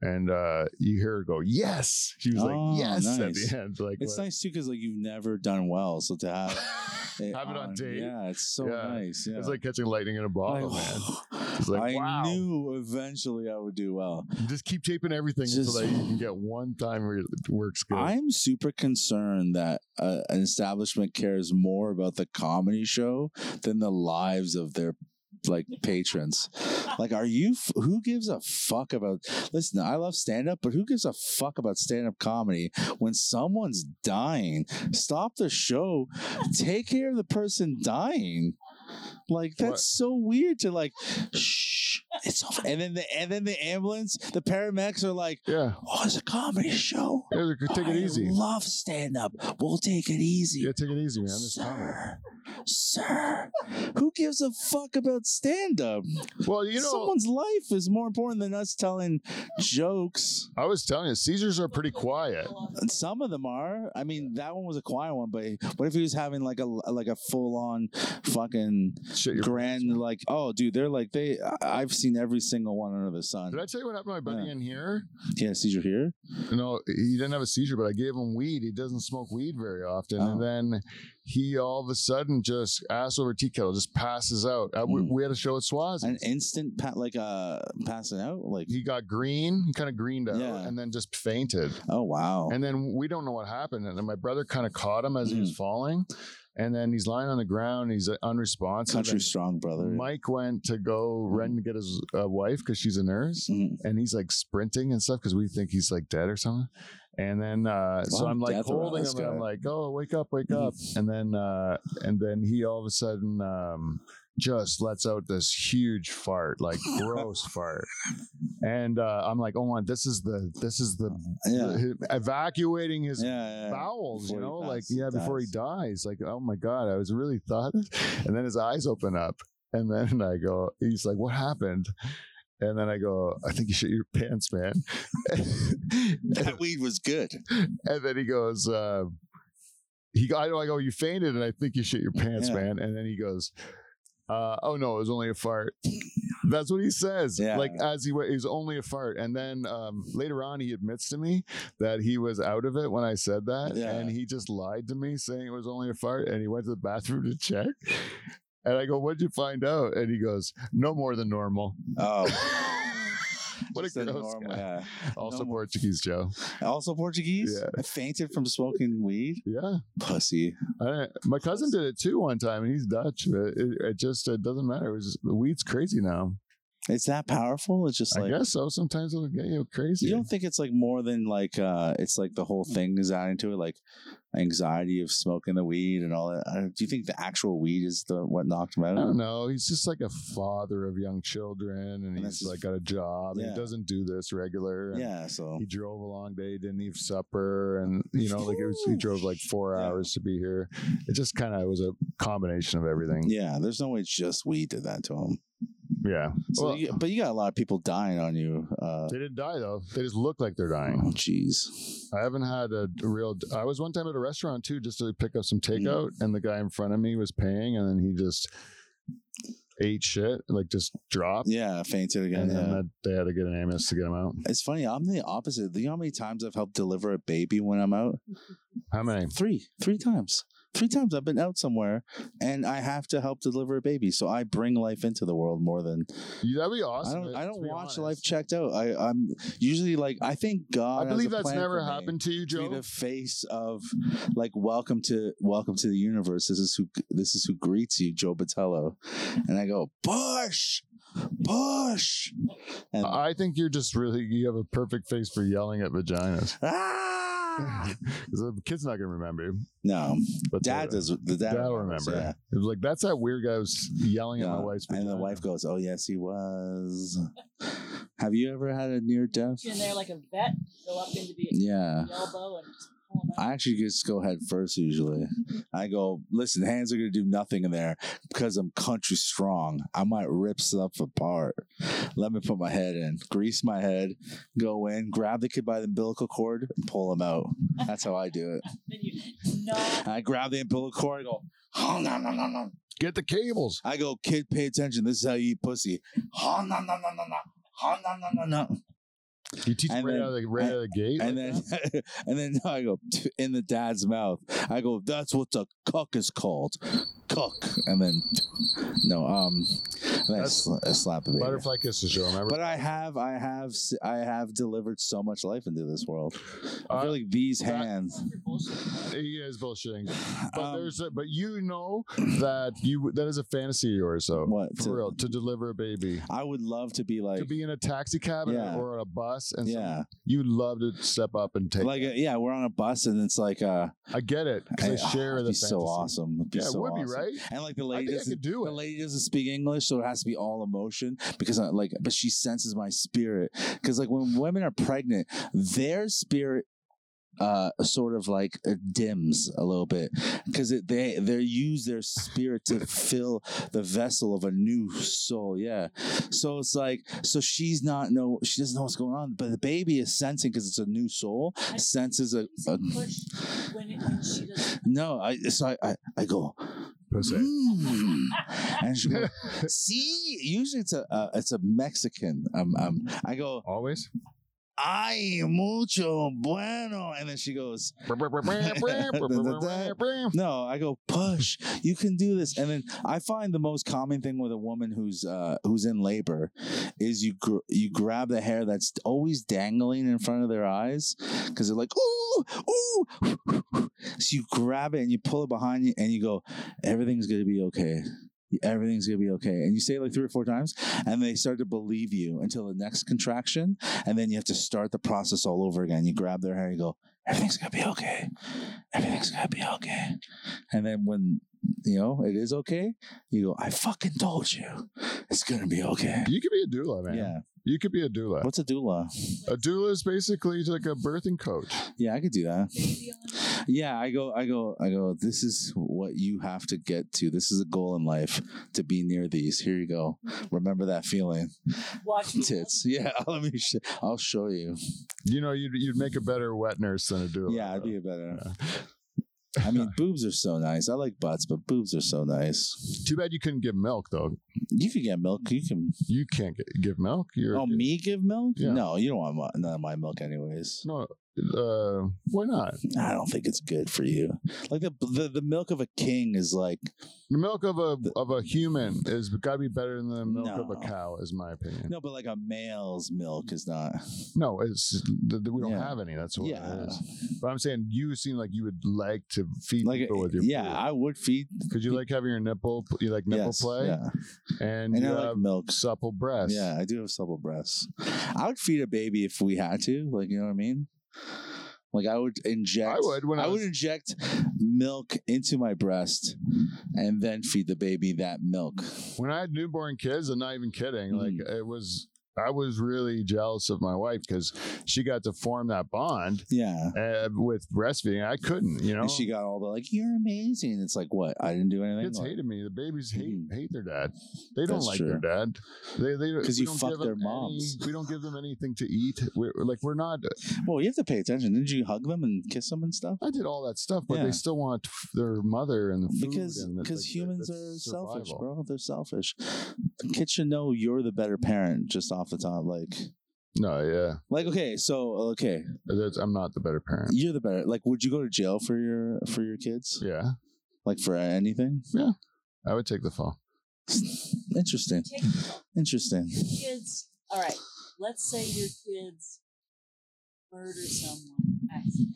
and uh, you hear her go, yes. She was
Oh,
like, yes
nice.
at the end. Like,
It's
what-
nice too because like you've never done well, so to have it
have it on tape.
Yeah, it's so
Yeah.
nice. Yeah.
It's like catching lightning in a
Like,
bottle, man. It's like,
I
wow.
knew eventually I would do well.
You just keep taping everything
Just-
until like, you can get one time where it works good.
I'm super concerned that uh, an establishment cares more about the comedy show than the lives of their like patrons. Like, are you? F- who gives a fuck about? Listen, I love stand up, but who gives a fuck about stand up comedy when someone's dying? Stop the show. Take care of the person dying. Like that's
What?
so weird to like. Shh, it's over. And then the and then the ambulance, the paramedics are like,
yeah.
"Oh, it's a comedy show."
Yeah, like, take
I
it easy.
Love stand up. We'll take it easy.
Yeah, take it easy, man. It's comedy.
Sir, sir, who gives a fuck about stand up?
Well, you know,
Someone's life is more important than us telling jokes.
I was telling you, Caesars are pretty quiet.
And some of them are. I mean, that one was a quiet one, but what if he was having like a like a full on fucking
Shit, your
grand like? Oh, dude, they're like they. I- I've seen every single one under the sun.
Did I tell you what happened to my buddy
Yeah.
in here?
Yeah, seizure here.
No, he didn't have a seizure, but I gave him weed. He doesn't smoke weed very often.
Oh.
And then he all of a sudden just ass over tea kettle, just passes out. I, we,
Mm.
we had a show at Swazi.
An instant pat like uh passing out like.
he got green, he kind of greened out,
Yeah.
and then just fainted.
Oh wow.
And then we don't know what happened. And then my brother kind of caught him as he
Hmm.
was falling. And then he's lying on the ground. He's uh, unresponsive.
Country Hmm.
And
strong brother.
Mike went to go run to get his uh, wife because she's a nurse.
Mhm.
and he's like sprinting and stuff because we think he's like dead or something. And then uh, so
Wow,
I'm like
death around
holding
this
him, and I'm
guy.
like, "Oh, wake up, wake
Mhm.
up!" And then uh, and then he all of a sudden um, just lets out this huge fart, like gross fart. And uh, I'm like, "Oh my, this is the this is the
Yeah.
evacuating his
yeah, yeah.
bowels, you
Before he
know, like
passes-
yeah, before he dies. Like, oh my god, I was really thought. And then his eyes open up, and then I go, he's like, what happened? And then I go, I think you shit your pants, man. and,
That weed was good.
then he goes, uh, he go, I go, I go, you fainted, and I think you shit your pants,
Yeah.
man. And then he goes. Uh, oh no, it was only a fart. That's what he says.
Yeah.
Like as he wa- it was only a fart, and then um, later on he admits to me that he was out of it when I said that,
Yeah.
and he just lied to me saying it was only a fart, and he went to the bathroom to check. And I go, "What'd you find out?" And he goes, "No more than normal."
Oh.
What
Just
a
the
gross
normal-
guy.
yeah.
Also
No more-
Portuguese Joe.
Also Portuguese?
Yeah.
I fainted from smoking weed?
Yeah,
Pussy.
I, my cousin did it too one time, and he's Dutch. But it, it just it doesn't matter. It was just, weed's crazy now.
It's that powerful? It's just
I
like
guess so. Sometimes it'll get you crazy.
you don't think it's like more than like uh it's like the whole thing is adding to it, like anxiety of smoking the weed and all that. I, do you think the actual weed is the what knocked him out?
I don't know. He's just like a father of young children, and
And
he's
that's his-
like got a job. and
Yeah.
He doesn't do this regular. and
Yeah, so
He drove a long day, didn't eat supper, and you know, like it was. He drove like four
Yeah.
hours to be here. It just kind of was a combination of everything.
yeah, there's no way just weed did that to him.
Yeah.
So
well,
you, but you got a lot of people dying on you. Uh,
they didn't die though. They just look like they're
oh,
dying. Uh,
jeez.
I haven't had a d- real. d- I was one time at a restaurant
Mm-hmm.
too, just to pick up some takeout, and the guy in front of me was paying, and then he just ate shit, like just dropped.
Yeah, I fainted again.
and then
yeah.
that, they had to get an ambulance to get him out.
It's funny. I'm the opposite. Do you know how many times I've helped deliver a baby when I'm out?
How many?
Three. Three times. Three times I've been out somewhere and I have to help deliver a baby. So I bring life into the world more than
You- That'd be
I
awesome.
don't
to
I don't
be
watch
honest.
life checked out. I, I'm usually like I think God
I
has
believe
a
that's
plan
never
for me
happened to you,
to be
Joe.
the face of like welcome to welcome to the universe. This is who this is who greets you, Joe Batello. And I go, push, push. And
I think you're just really you have a perfect face for yelling at vaginas.
ah!
'Cause the kid's not gonna remember you.
No.
But
Dad
the-
does the dad,
Dad will
remembers,
remember.
Yeah.
It was like that's that weird guy who's yelling at my
No,
wife's
and the
vagina."
wife goes, "Oh yes, he was." Have you ever had a near death?
in there like a vet, go up into the
Yeah.
elbow and just pull them out.
I actually just go head first usually. I go, listen, hands are gonna do nothing in there because I'm country strong. I might rip stuff apart. Let me put my head in, grease my head, go in, grab the kid by the umbilical cord, and pull him out. That's how I do it.
then you nod
I grab the umbilical cord, I go, oh, no, no, no, no.
Get the cables.
I go, kid, pay attention. This is how you eat pussy. Oh, no, no, no, no, no. Oh, no, no, no, no.
You teach
And
right,
then-
out, of the, right
and-
out of the gate.
and
like
then
that?
and then I go "T- in the dad's mouth. I go, that's what the cuck is called, cuck. And then no, um, and then I,
That's-
sla- I slap the baby.
butterfly kisses, Joe. Remember?
But I have, I have, s- I have delivered so much life into this world. I
Uh,
feel like these
that-
hands.
for bullshit.
he is bullshitting. But
um,
there's a, but you know that you that is a fantasy of yours though.
what?
For
to-
real, to deliver a baby.
I would love to be like,
to be in a taxi cab
Yeah.
or on a bus and yeah.
yeah,
you love to step up and take
like uh, yeah. We're on a bus and it's like, uh,
I get it. Because
I- Oh,
I share
it'd
the
be so
fantasy.
awesome. It'd be
Yeah,
so
it would be
awesome.
right.
And like the
I
lady
think I
doesn't
could do
the
it.
lady doesn't speak English, so it has to be all emotion because I like, but she senses my spirit because like when women are pregnant, their spirit uh sort of like uh, dims a little bit because they they use their spirit to fill the vessel of a new soul yeah so it's like so she's not know she doesn't know what's going on but the baby is sensing because it's a new soul senses a,
It's
a
a push when, it, when she doesn't.
no i so I, I i go
Pussy.
"Mm." and she goes, see usually it's a uh, it's a mexican um, um i go
Always.
ay mucho bueno and then she goes no i go push you can do this and then i find the most common thing with a woman who's uh who's in labor is you gr- you grab the hair that's always dangling in front of their eyes because they're like ooh ooh so you grab it and you pull it behind you and you go everything's gonna be okay everything's gonna be okay and you say it like three or four times and they start to believe you until the next contraction and then you have to start the process all over again you grab their hair and you go everything's gonna be okay everything's gonna be okay and then when you know it is okay you go i fucking told you it's gonna be okay
You could be a doula, man.
yeah
You could be a doula.
what's a doula
A doula is basically like a birthing coach.
yeah i could do that
Baby on
yeah i go i go i go this is what you have to get to this is a goal in life to be near these here you go remember that feeling
watch me.
tits yeah let me sh- i'll show you
You know, you'd you'd make a better wet nurse than a doula.
yeah i'd
though.
be a better
Yeah.
i mean boobs are so nice i like butts but boobs are so nice
Too bad you couldn't give milk though.
you can get milk you can
You can't get, give milk. You're
oh me give milk
Yeah.
no you don't want my, none of my milk anyways
no. Uh, why not?
i don't think it's good for you like the the, the milk of a king is like
The milk of a of a human is got to be better than the milk of
No.
a cow, is my opinion. No,
no but like a male's milk is not
it's th- th- we don't
Yeah.
have any. That's what it
yeah
is. But I'm saying you seem like you would like to feed
like
people with your
yeah i would feed
because you like having your nipple. You like nipple
Yes,
play,
Yeah.
and,
And
you
I
have
like milk.
supple breasts.
Yeah, I do have supple breasts. I would feed a baby if we had to. Like, you know what I mean? Like, I would inject.
I would when I
I would
was-
inject milk into my breast and then feed the baby that milk. Mm-hmm.
When I had newborn kids, I'm not even kidding. Like it was. I was really jealous of my wife because she got to form that bond
Yeah.
uh, with breastfeeding. I couldn't, you know.
And she got all the like, you're amazing. It's like, what? I didn't do anything.
Kids hated me. The babies hate
Mhm.
hate their dad. They don't
That's
like their dad. They they
'Cause
we
you
don't
fuck
give them
their moms.
any- we don't give them anything to eat. We're, like we're not.
well, you have to pay attention. Didn't you hug them and kiss them and stuff?
I did all that stuff, but
Yeah.
they still want f- their mother and the food.
Because
and the-
because
like,
humans
that's
are selfish,
survival.
bro. They're selfish. Kids should know you're the better parent just off the top. Like,
No, yeah,
like okay, so okay,
That's- I'm not the better parent.
you're the better. Like, would you go to jail for your for your kids?
Yeah,
Like for anything?
I would take the fall.
Interesting.
Take the
Interesting.
your kids all right let's say your kids murder someone accident.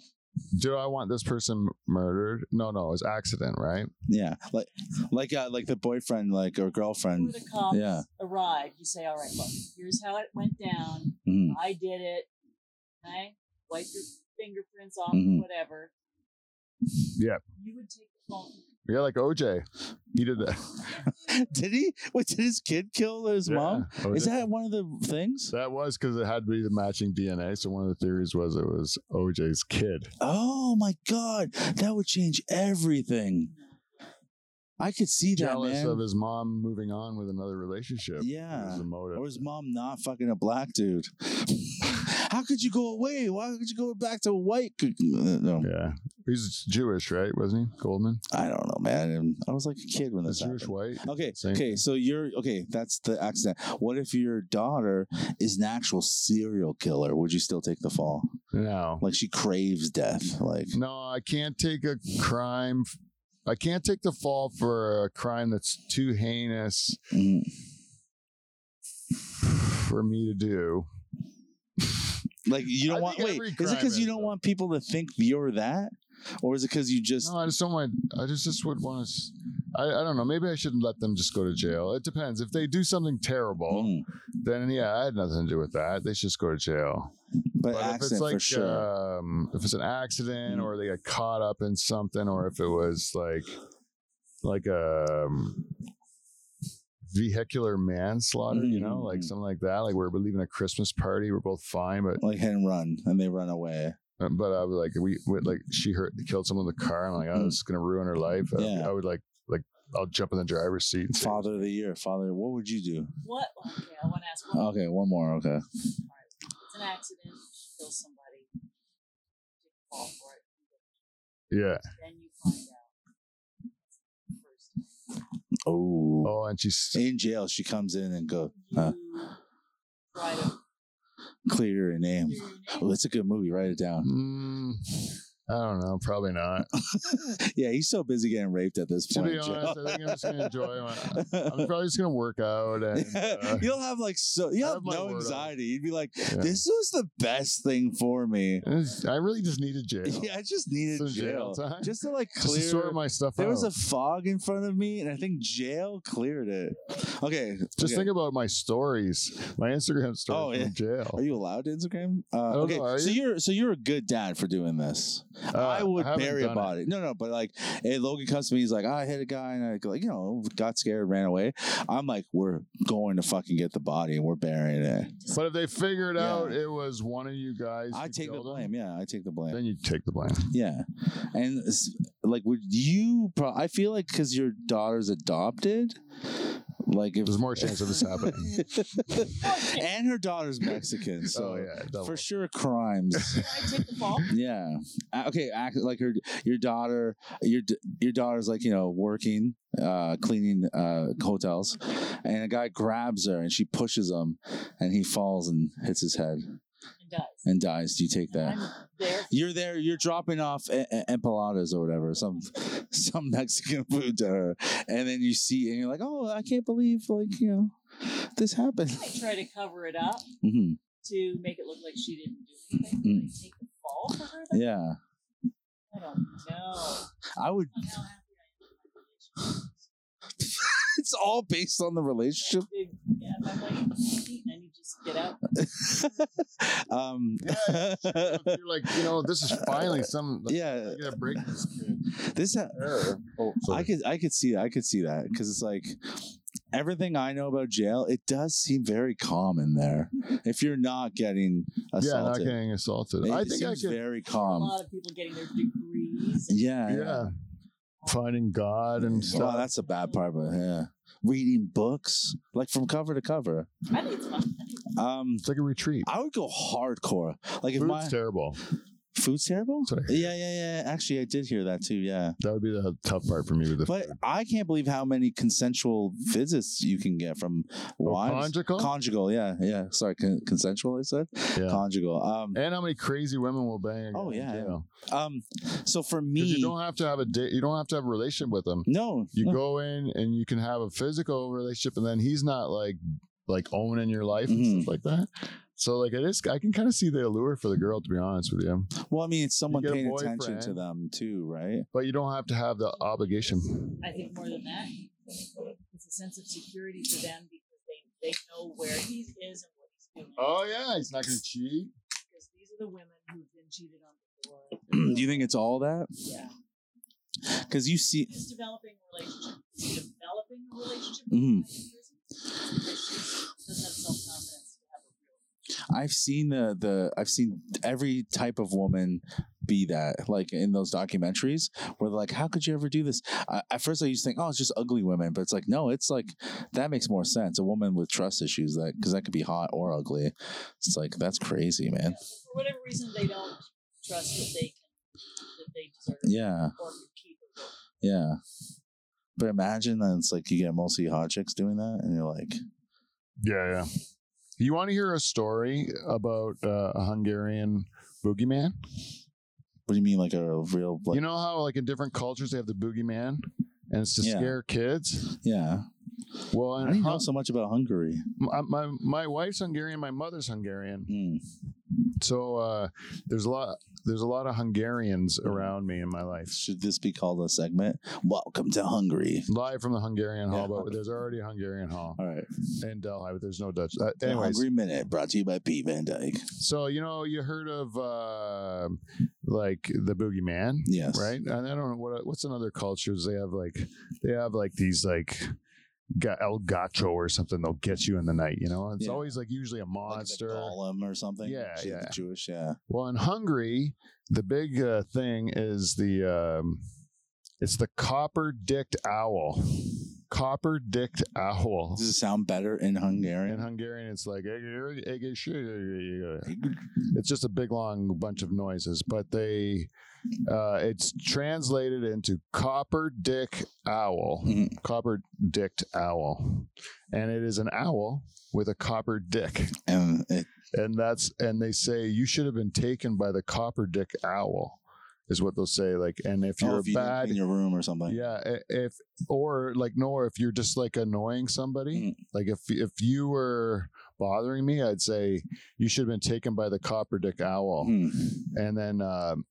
Do I want this person murdered? No, no, it was accident, right?
Yeah. Like like uh, like the boyfriend like or
before
girlfriend.
the cops
yeah.
arrive you say all right look here's how it went down
Mhm.
i did it okay wipe your fingerprints off
Mhm.
whatever
Yep.
you would take the phone
Yeah, like OJ, he did that.
Did he? Wait, did his kid kill his
Yeah,
mom?
OJ.
Is that one of the things?
That was because it had to be the matching DNA. So one of the theories was it was OJ's kid.
Oh my god, that would change everything. I could see that,
Jealous
man.
of his mom moving on with another relationship.
Yeah.
was the motive.
Or his mom not fucking a black dude? How could you go away? Why could you go back to white? c- uh, No,
yeah, he's Jewish, right? Wasn't he Goldman?
I don't know, man. And I was like a kid when
He's
this happened.
Jewish white.
Okay,
Same
okay. So you're okay. That's the accident. What if your daughter is an actual serial killer? Would you still take the fall?
No,
Like she craves death. Like
no, I can't take a crime. f- I can't take the fall for a crime that's too heinous
mm,
for me to do.
Like you don't
I
want.
think
Wait,
every
is it
crime
because you
has
don't
them.
want people to think you're that, or is it because you just?
No, I just don't want. I just just would want to. I, I don't know. Maybe I shouldn't let them just go to jail. It depends. If they do something terrible,
Mm,
then yeah, I had nothing to do with that. They should just go to jail.
but,
But if
accident
it's
for
like,
sure.
um, if it's an accident
Mhm.
or they got caught up in something, or if it was like, like um, vehicular manslaughter, you know, like
Mhm.
something like that. Like we're leaving a Christmas party, we're both fine, but
like hit and run, and they run away.
Uh, but I was like, we, we like she hurt killed someone in the car. I'm like, oh,
Mhm.
this is gonna ruin her life. I-
Yeah.
I, would like like I'll jump in the driver's seat. And say,
Father of the year, father. What would you do?
what okay i want to ask one
Okay, one more. Okay.
it's an accident kill somebody take the fall for it
yeah.
then you find out first time.
Oh.
Oh, and she's
In jail, she comes in and go
you
Huh.
try to
clear your name.
clear your name.
Oh, it's a good movie. Write it down.
Mm, I don't know. Probably not.
yeah, he's so busy getting raped at this
To
point.
be honest, I think I'm just gonna enjoy my- I'm probably just gonna work out and uh,
You'll have like so. You'll
I
have,
have my
no
word on it.
anxiety. You'd be like,
Yeah.
"This was the best thing for me."
it's- I really just needed jail.
Yeah, I just needed
Some jail
jail,
time.
just to like
Just to
clear.
sort my stuff
there
out.
was a fog in front of me, and I think jail cleared it. Okay,
just
okay.
think about my stories, my Instagram stories
Oh, yeah.
from jail.
Are you allowed to Instagram?
I
Uh,
don't
okay,
know, are
so
you?
you're so you're a good dad for doing this.
Uh,
I would
haven't
bury a
done it.
body. No, no, but like, hey, Logan comes to me, he's like, "Ah, I hit a guy, and I go, like, you know, got scared, ran away. I'm like, we're going to fucking get the body, and we're burying it.
But if they figured
Yeah.
out it was one of you guys,
I
who
take the
killed him,
blame. Yeah, I take the blame.
then you take the blame.
Yeah, and it's- like, would you? Pro- I feel like because your daughter's adopted, like if
There's more chance of this happening.
happening, and her daughter's Mexican, so
oh yeah, double.
for sure crimes.
Can I take the fall?
Yeah. Uh, Okay. Act like her, your daughter, your d- your daughter's like you know working, uh, cleaning uh, hotels, and a guy grabs her and she pushes him, and he falls and hits his head
and dies.
and dies. Do you take that?
I'm there.
You're there. You're dropping off e- e- empanadas or whatever, some some Mexican food to her, and then you see and you're like, oh, I can't believe like you know this happened.
I try to cover it up
hmm
to make it look like she didn't do anything. Can I take the fall for her? Then?
Yeah,
I don't know.
I would.
I'm now happy I am.
It's all based on the relationship.
Yeah, if I'm like, "Pete, I need you to get out.
um,
You're like, you know, this is finally some. Like,
yeah,
I gotta break this kid.
this. Ha-
Oh,
I could, I could see, I could see that because it's like everything I know about jail, it does seem very calm in there. If you're not getting
Yeah, not
assaulted,
getting assaulted.
it,
I
it
think I
seems
could.
very
a
calm.
lot of people getting their degrees. and
Yeah,
Yeah. Finding God and
Oh,
stuff.
that's a bad part, but yeah, reading books like from cover to cover.
I think it's fun. I think it's
Um,
It's like a retreat.
I would go hardcore. Like if
Food's
my
terrible.
food's terrible.
Sorry.
Yeah, yeah, yeah. Actually, I did hear that too. Yeah,
That would be the tough part for me with the
but
food.
I can't believe how many consensual visits you can get from
Oh,
wives.
conjugal?
Conjugal, yeah, yeah. Sorry, con- consensual. I said
Yeah.
conjugal. Um,
and how many crazy women will bang?
Oh,
in
yeah, yeah.
jail.
um. So for
'Cause
me,
Eh. you don't have to have a date. You don't have to have a relationship with them.
no,
You
no.
go in and you can have a physical relationship, and then he's not like like owning your life and
Mhm.
stuff like that. So like it is. I can kind of see the allure for the girl, to be honest with you.
Well, I mean, it's someone
get a
paying attention to
boyfriend.
them too, right?
But you don't have to have the obligation.
I think more than that, it's a sense of security for them because they, they know where he is and what he's doing.
Oh yeah, he's not going to cheat.
Because these are the women who've been cheated on before.
Do you think it's all that?
Yeah.
Because you see,
He's developing a relationship. He's developing a relationship
Mhm.
with the person because she doesn't have self confidence to have a real
I've seen the the I've seen every type of woman be that like in those documentaries where they're like, how could you ever do this? I, at first, I used to think, oh, it's just ugly women, but it's like, no, it's like that makes more sense. A woman with trust issues that because that could be hot or ugly. It's like that's crazy, man.
For whatever reason, they don't trust that they can, that they deserve
Yeah,
or can keep it.
yeah. But imagine that it's like you get mostly hot chicks doing that, and you're like,
Yeah, yeah. You want to hear a story about uh, a Hungarian boogeyman?
what do you mean, like a real, like,
you know how like in different cultures they have the boogeyman, and it's to
Yeah.
scare kids.
yeah?
Well,
I
in
do you know
Hun-
so much about Hungary?
my, my my wife's Hungarian, my mother's Hungarian,
Mm.
so uh, there's a lot there's a lot of Hungarians
Mm-hmm.
around me in my life.
Should this be called a segment? Welcome to Hungary.
Live from the Hungarian Hall,
Yeah. Um,
but there's already a Hungarian Hall
All right.
in Delhi, but there's no Dutch. Uh,
The
anyways,
Hungry Minute brought to you by P. Van Dyke.
so you know you heard of uh, like the boogeyman,
Yes.
right? And I don't know what what's in other cultures they have like they have like these like ga- El Gacho or something. They'll get you in the night. You know, it's
Yeah.
always like usually a
Like
monster.
the golem or something.
Yeah,
She's
yeah.
Jewish, yeah.
Well, in Hungary, the big uh, thing is the um, it's the copper dicked owl. Copper dicked owl.
Does it sound better
In
in Hungarian?
Hungarian, it's like it's just a big long bunch of noises, but they uh, it's translated into copper dick owl,
Mhm.
copper dicked owl, and it is an owl with a copper dick
And it,
and that's and they say you should have been taken by the copper dick owl is what they'll say like and if you're
oh, if you didn't
bad
clean your room or something.
yeah i- if or like no or if you're just like annoying somebody
Mm.
like if if you were bothering me i'd say you should have been taken by the copper dick owl
Hmm.
and then um,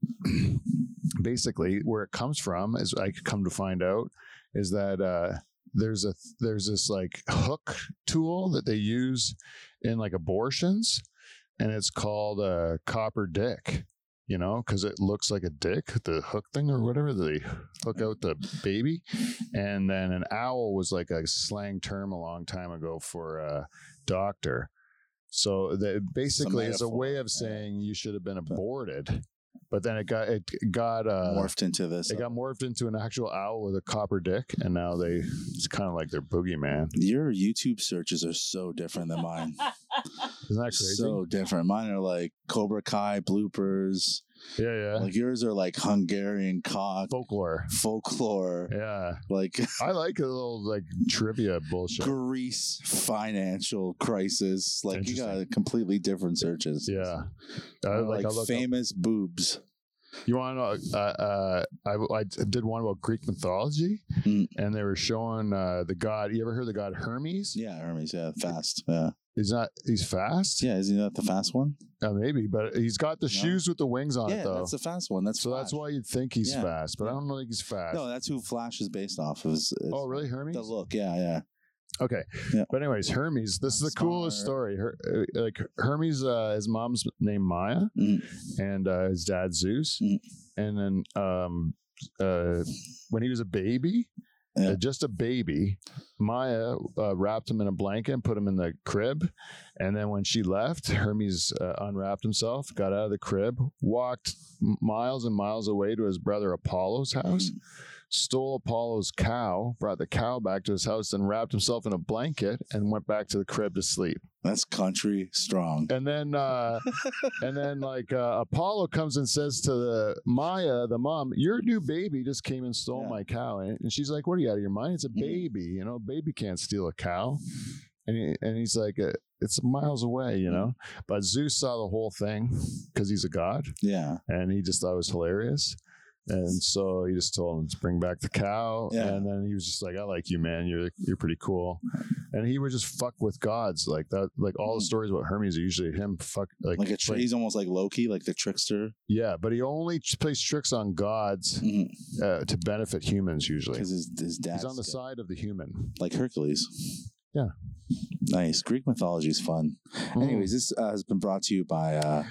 basically where it comes from as i come to find out is that uh, there's a there's this like hook tool that they use in like abortions and it's called a copper dick you know because it looks like a dick the hook thing or whatever they hook out the baby and then an owl was like a slang term a long time ago for a doctor so that basically is a
metaphor,
way
yeah.
of saying you should have been aborted but then it got it got uh
Morphed into this.
it got morphed into an actual owl with a copper dick and now they it's kind of like their boogeyman
your YouTube searches are so different than mine.
isn't that crazy
so different. Mine are like Cobra Kai bloopers.
yeah yeah
Like yours are like Hungarian cock
folklore
folklore.
yeah
Like
i like a little like trivia bullshit
Greece financial crisis. Like you got completely different searches.
yeah I,
Or,
like,
like
I look up-
famous boobs.
You want to? Uh, uh, I, I did one about Greek mythology,
Mm.
and they were showing uh, the god. You ever heard the god Hermes?
Yeah, Hermes. Yeah, fast. Yeah,
He's not. He's fast.
yeah. Isn't that the fast one?
Uh, maybe, but he's got the
No.
shoes with the wings on
yeah,
it though.
that's the fast one. That's
so that's
Flash.
why you'd think he's
Yeah.
fast, but I
Yeah.
don't think he's fast.
No, that's who Flash is based off. of. Is, is
oh, really, Hermes?
The look. Yeah, yeah.
Okay.
Yeah.
But anyways, Hermes. This is the
Smart.
coolest story. Her, uh, like Hermes, uh, his mom's name Maya,
Mhm.
and uh, his dad Zeus.
Mhm.
And then um, uh, when he was a baby,
Yeah.
uh, just a baby. Maya uh, wrapped him in a blanket and put him in the crib. And then when she left, Hermes uh, unwrapped himself, got out of the crib, walked m- miles and miles away to his brother Apollo's house,
Mm.
stole Apollo's cow, brought the cow back to his house, and wrapped himself in a blanket and went back to the crib to sleep.
That's country strong.
And then, uh, and then, like uh, Apollo comes and says to the Maya, the mom, "Your new baby just came and stole
Yeah.
my cow," and, and she's like, "What are you out of your mind? It's a
Mhm.
baby. You know, a baby can't steal a cow." And he, and he's like, "Uh, "It's miles away," you know. But Zeus saw the whole thing because he's a god,
Yeah.
and he just thought it was hilarious. And so he just told him to bring back the cow,
Yeah.
and then he was just like, "I like you, man. You're you're pretty cool." And he would just fuck with gods like that. Like all the
Mhm.
stories about Hermes are usually him fuck like,
Like a tr-
like-
he's almost like Loki, like the trickster, Mm-hmm.
yeah, but he only ch- plays tricks on gods
because
uh, to benefit humans. Usually,
his his dad's
he's on the
good.
side of the human.
like Hercules.
Yeah. Hmm.
Nice. Greek mythology is fun. Anyways, this uh, has been brought to you by uh,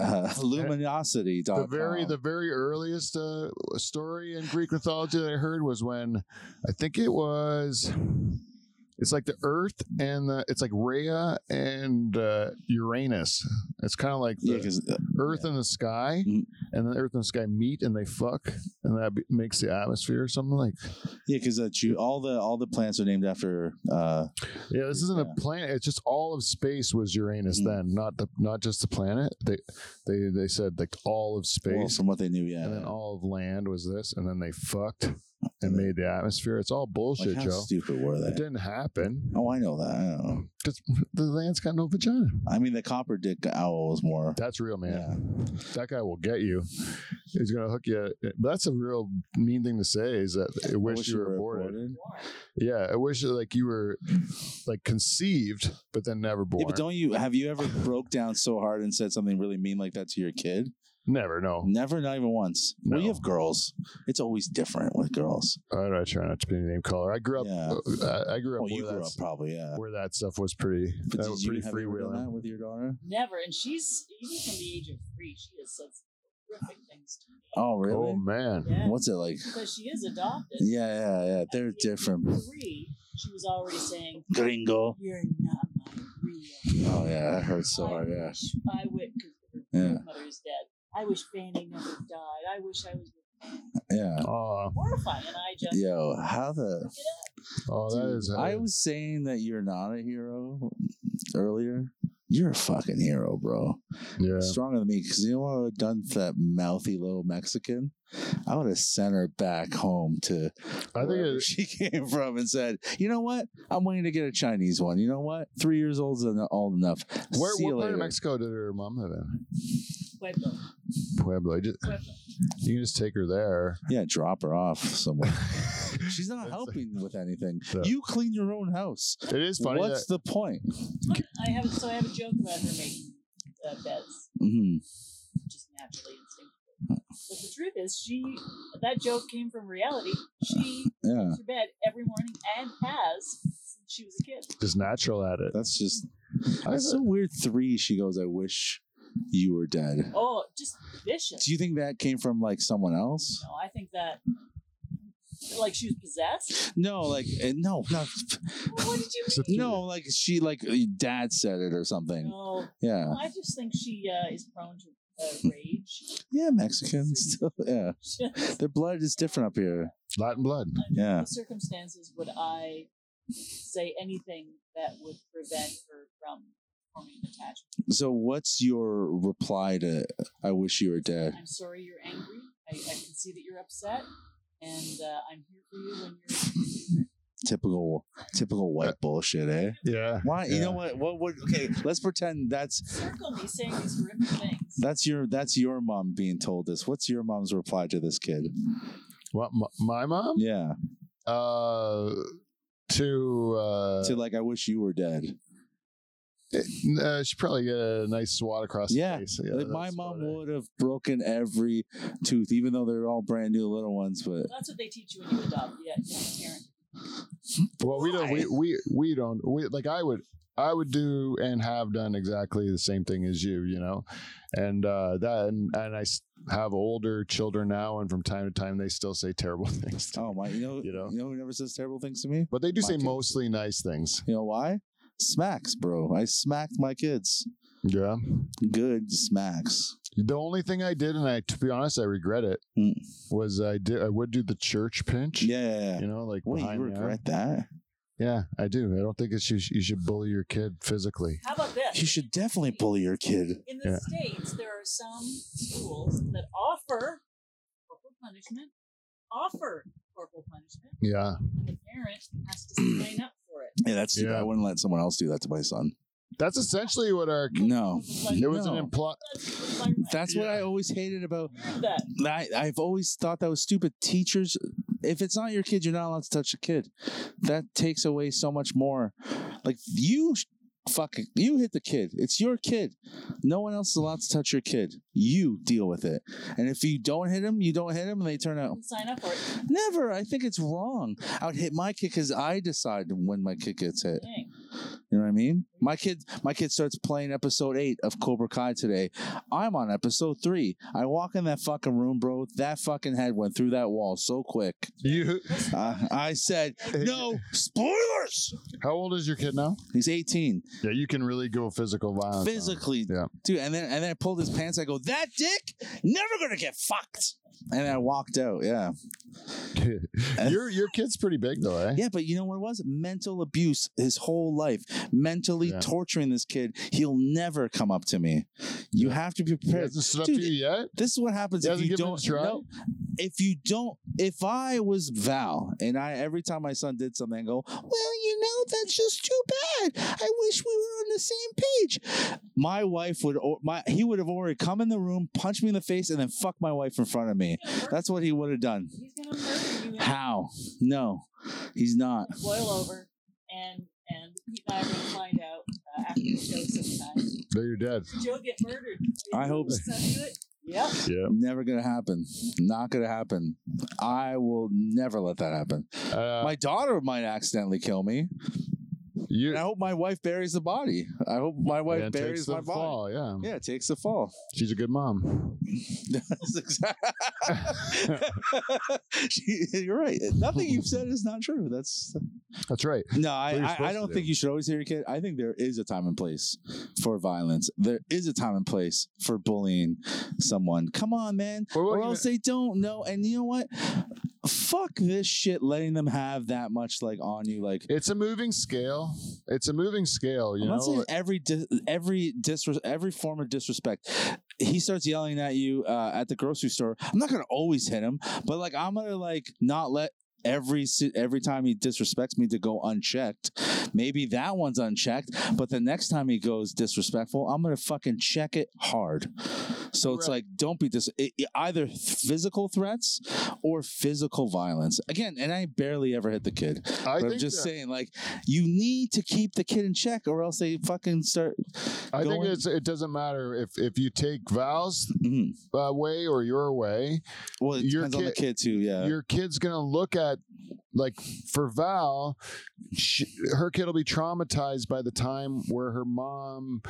uh, Luminosity.
the very the very earliest uh, story in Greek mythology that I heard was when I think it was it's like the Earth and the it's like Rhea and uh, Uranus. It's kind of like
yeah,
the
'cause, uh,
Earth and the sky,
Mhm.
and the Earth and the sky meet and they fuck, and that be- makes the atmosphere or something like.
yeah, because uh, Ju- all the all the plants are named after. Uh,
Yeah, this isn't
Yeah.
a planet. It's just all of space was Uranus
Mm.
then, not the not just the planet. They they they said like all of
well,
space,
from what they knew, yeah.
and then all of land was this, and then they fucked and
And then-
made the atmosphere. It's all
like,
bullshit,
how
Joe.
stupid were
It
they?
didn't happen
Oh, I know that. I know.
because the land's got no vagina.
I mean, the copper dick owl was more.
That's real, man. That guy will get you. He's gonna hook you. That's a real mean thing to say. Is that I wish, you were aborted. Yeah, I wish like you were like conceived, but then never born.
Yeah, but don't you have you ever broke down so hard and said something really mean like that to your kid?
never. No,
Never, not even once. We
No.
have girls. It's always different with girls.
I, I try not to be a name caller. I grew up. uh,
Yeah.
I, I grew up,
Well, you
where,
grew
that,
up probably, yeah.
where that stuff was pretty.
But
that
did
was
you
pretty
have you ever done that
freewheeling.
with your daughter?
Never. And she's, even from the age of three, she has said some horrific things to me.
Oh,
Oh
really?
man,
yeah.
What's it like?
Because she is adopted.
Yeah, yeah, yeah.
At the
They're
age of
different.
Three, she was already saying,
Gringo.
You're not my real.
Oh yeah, that hurts so
I
hard. Yeah.
Wish, I wish, because her
Yeah.
grandmother is dead. I wish Fanny never died. I wish I was
Yeah.
oh,
horrifying. And I just,
Yo, how the
Look it up.
oh, that
Dude,
is.
I was saying that you're not a hero earlier. You're a fucking hero, bro.
yeah.
Stronger than me, because you know what I would have done to that mouthy little Mexican? I would have sent her back home to
I think
wherever
it,
she came from and said, "You know what? I'm willing to get a Chinese one. You know what? Three years old's en- old enough.
where what
See you
part of
later."
Mexico did her mom live in?
Pueblo.
Pueblo. You, just,
Pueblo.
you can just take her there.
Yeah, drop her off somewhere. She's not
That's-
helping with anything.
Yeah.
You clean your own house.
It is funny.
What's
That,
the point?
I have, so I have a joke about her making uh, beds.
hmm
just naturally instinctively. But the truth is, she that joke came from reality. She
Yeah,
goes to bed every morning and has since she was a kid.
just natural at it.
that's just
I,
that's so weird. Three, she goes. I wish you were dead.
Oh, just vicious.
Do you think that came from like someone else?
no, I think that like she was possessed.
No, like eh, no, not
Well, what did you
it's a theory.
no, like she like dad said it or
mean?
something.
No,
Yeah,
Well, I just think she uh, is prone to uh, rage.
yeah, Mexicans. Still, yeah, their blood is different up here.
Latin blood.
Yeah.
the circumstances would I say anything that would prevent her from forming an attachment?
So what's your reply to I wish you were dead?
I'm sorry you're angry. I, I can see that you're upset, and uh, I'm here for you when you're.
Typical typical white bullshit, eh?
Yeah.
Why you
Uh, Yeah.
know what what would okay, let's pretend that's
Circle me saying these horrific things.
that's your that's your mom being told this. What's your mom's reply to this kid?
What my, my mom?
Yeah.
Uh, to uh,
To like I wish you were dead.
it- uh, she probably get a nice swat across
Yeah,
the face.
like my
that's about
mom
it.
would have broken every tooth, even though they're all brand new little ones, but
That's what they teach you when you adopt. Yeah, yeah, parent.
Well, we don't. We, we we don't. We like. I would. I I would do and have done exactly the same thing as you, you know, and uh, that and, and I s- have older children now, and from time to time they still say terrible things, to me.
Oh my! You know,
You
you
know?
know, you know who never says terrible things to me?
but they do
My
say
kids.
mostly nice things.
You know why? Smacks, bro. I smacked my kids.
Yeah.
Good smacks.
The only thing I did, and I to be honest, I regret it,
Mm.
was I did I would do the church pinch.
Yeah. yeah, yeah.
You know, like
Wait,
behind
you
the arm.
regret that?
Yeah, I do. I don't think it's you, sh- you should bully your kid physically.
How about this?
You should definitely bully your kid.
In the
Yeah.
states, there are some schools that offer corporal punishment. Offer corporal punishment.
Yeah,
and The parent has to sign up for it.
Yeah, that's.
Yeah.
I wouldn't let someone else do that to my son.
that's essentially what our.
No,
It's like,
It was
No.
an impl-
that's like my
that's what
Yeah.
I always hated about.
heard that.
I, I've always thought that was stupid. Teachers, if it's not your kid, you're not allowed to touch a kid. That takes away so much more. Like you, sh- fucking, you hit the kid. It's your kid. No one else is allowed to touch your kid. You deal with it. And if you don't hit him, you don't hit him, and they turn out.
Didn't sign up for it.
Never. I think it's wrong. I would hit my kid because I decide when my kid gets hit.
Dang.
You know what I mean? My kid, my kid starts playing episode eight of Cobra Kai today. I'm on episode three. I walk in that fucking room, bro. That fucking head went through that wall so quick.
you.
Uh, I said, "No spoilers."
How old is your kid now?
He's 18,
Yeah, you can really go physical violence. on him.
physically,
Yeah.
dude. And then, and then I pulled his pants. I go, "That dick never gonna get fucked." And I walked out. Yeah,
your your kid's pretty big though, eh?
yeah. But you know what it was? Mental abuse his whole life. Mentally
Yeah.
torturing this kid. He'll never come up to me. You
Yeah.
have to be
He
prepared.
hasn't stood up
Dude,
to you yet.
This is what happens
He
if
hasn't
you
given it
don't
a try?
No, if you don't if I was Val and I every time my son did something I go, well, you know, that's just too bad. I wish we were on the same page. My wife would or my he would have already come in the room, punched me in the face, and then fuck my wife in front of me.
He's gonna murder-
That's what he would have done.
He's going to murder you.
How? No, he's not.
boil over, and and Pete and I are going to find out uh, after the show sometime.
No, you're dead.
Joe get murdered.
I hope-
so. Do it. Yep.
Yeah,
Never gonna happen. Not gonna happen. I will never let that happen.
uh,
My daughter might accidentally kill me.
you
And I hope my wife buries the body. I hope my wife
and takes
buries
the
my body.
fall. Yeah,
Yeah, it takes the fall.
she's a good mom.
That's exact- She- You're right. Nothing you've said is not true. That's
That's right.
no. I,
What you're
I,
supposed
I
to
don't
do.
think you should always hear your kid. I think there is a time and place for violence. There is a time and place for bullying someone. Come on, man.
Or what
Or
you-
else they don't know. And you know what? Fuck this shit. Letting them have that much like on you, like
It's a moving scale. It's a moving scale. You
I'm not
know,
saying every dis- every disres- every form of disrespect. He starts yelling at you uh, at the grocery store. I'm not gonna always hit him, but like I'm gonna like not let every si- every time he disrespects me to go unchecked. Maybe that one's unchecked, but the next time he goes disrespectful, I'm gonna fucking check it hard. So it's
Right.
like don't be dis it, it- either physical threats or physical violence. Again, and I barely ever hit the kid
I
but
think
I'm just
that-
saying, like, you need to keep the kid in check, or else they fucking start.
I think
going-
it's it doesn't matter if if you take Val's
Mhm.
uh, way or your way.
Well, it
Your
depends on the kid too. Yeah,
your kid's gonna look at like for Val, she, her kid will be traumatized by the time where her mom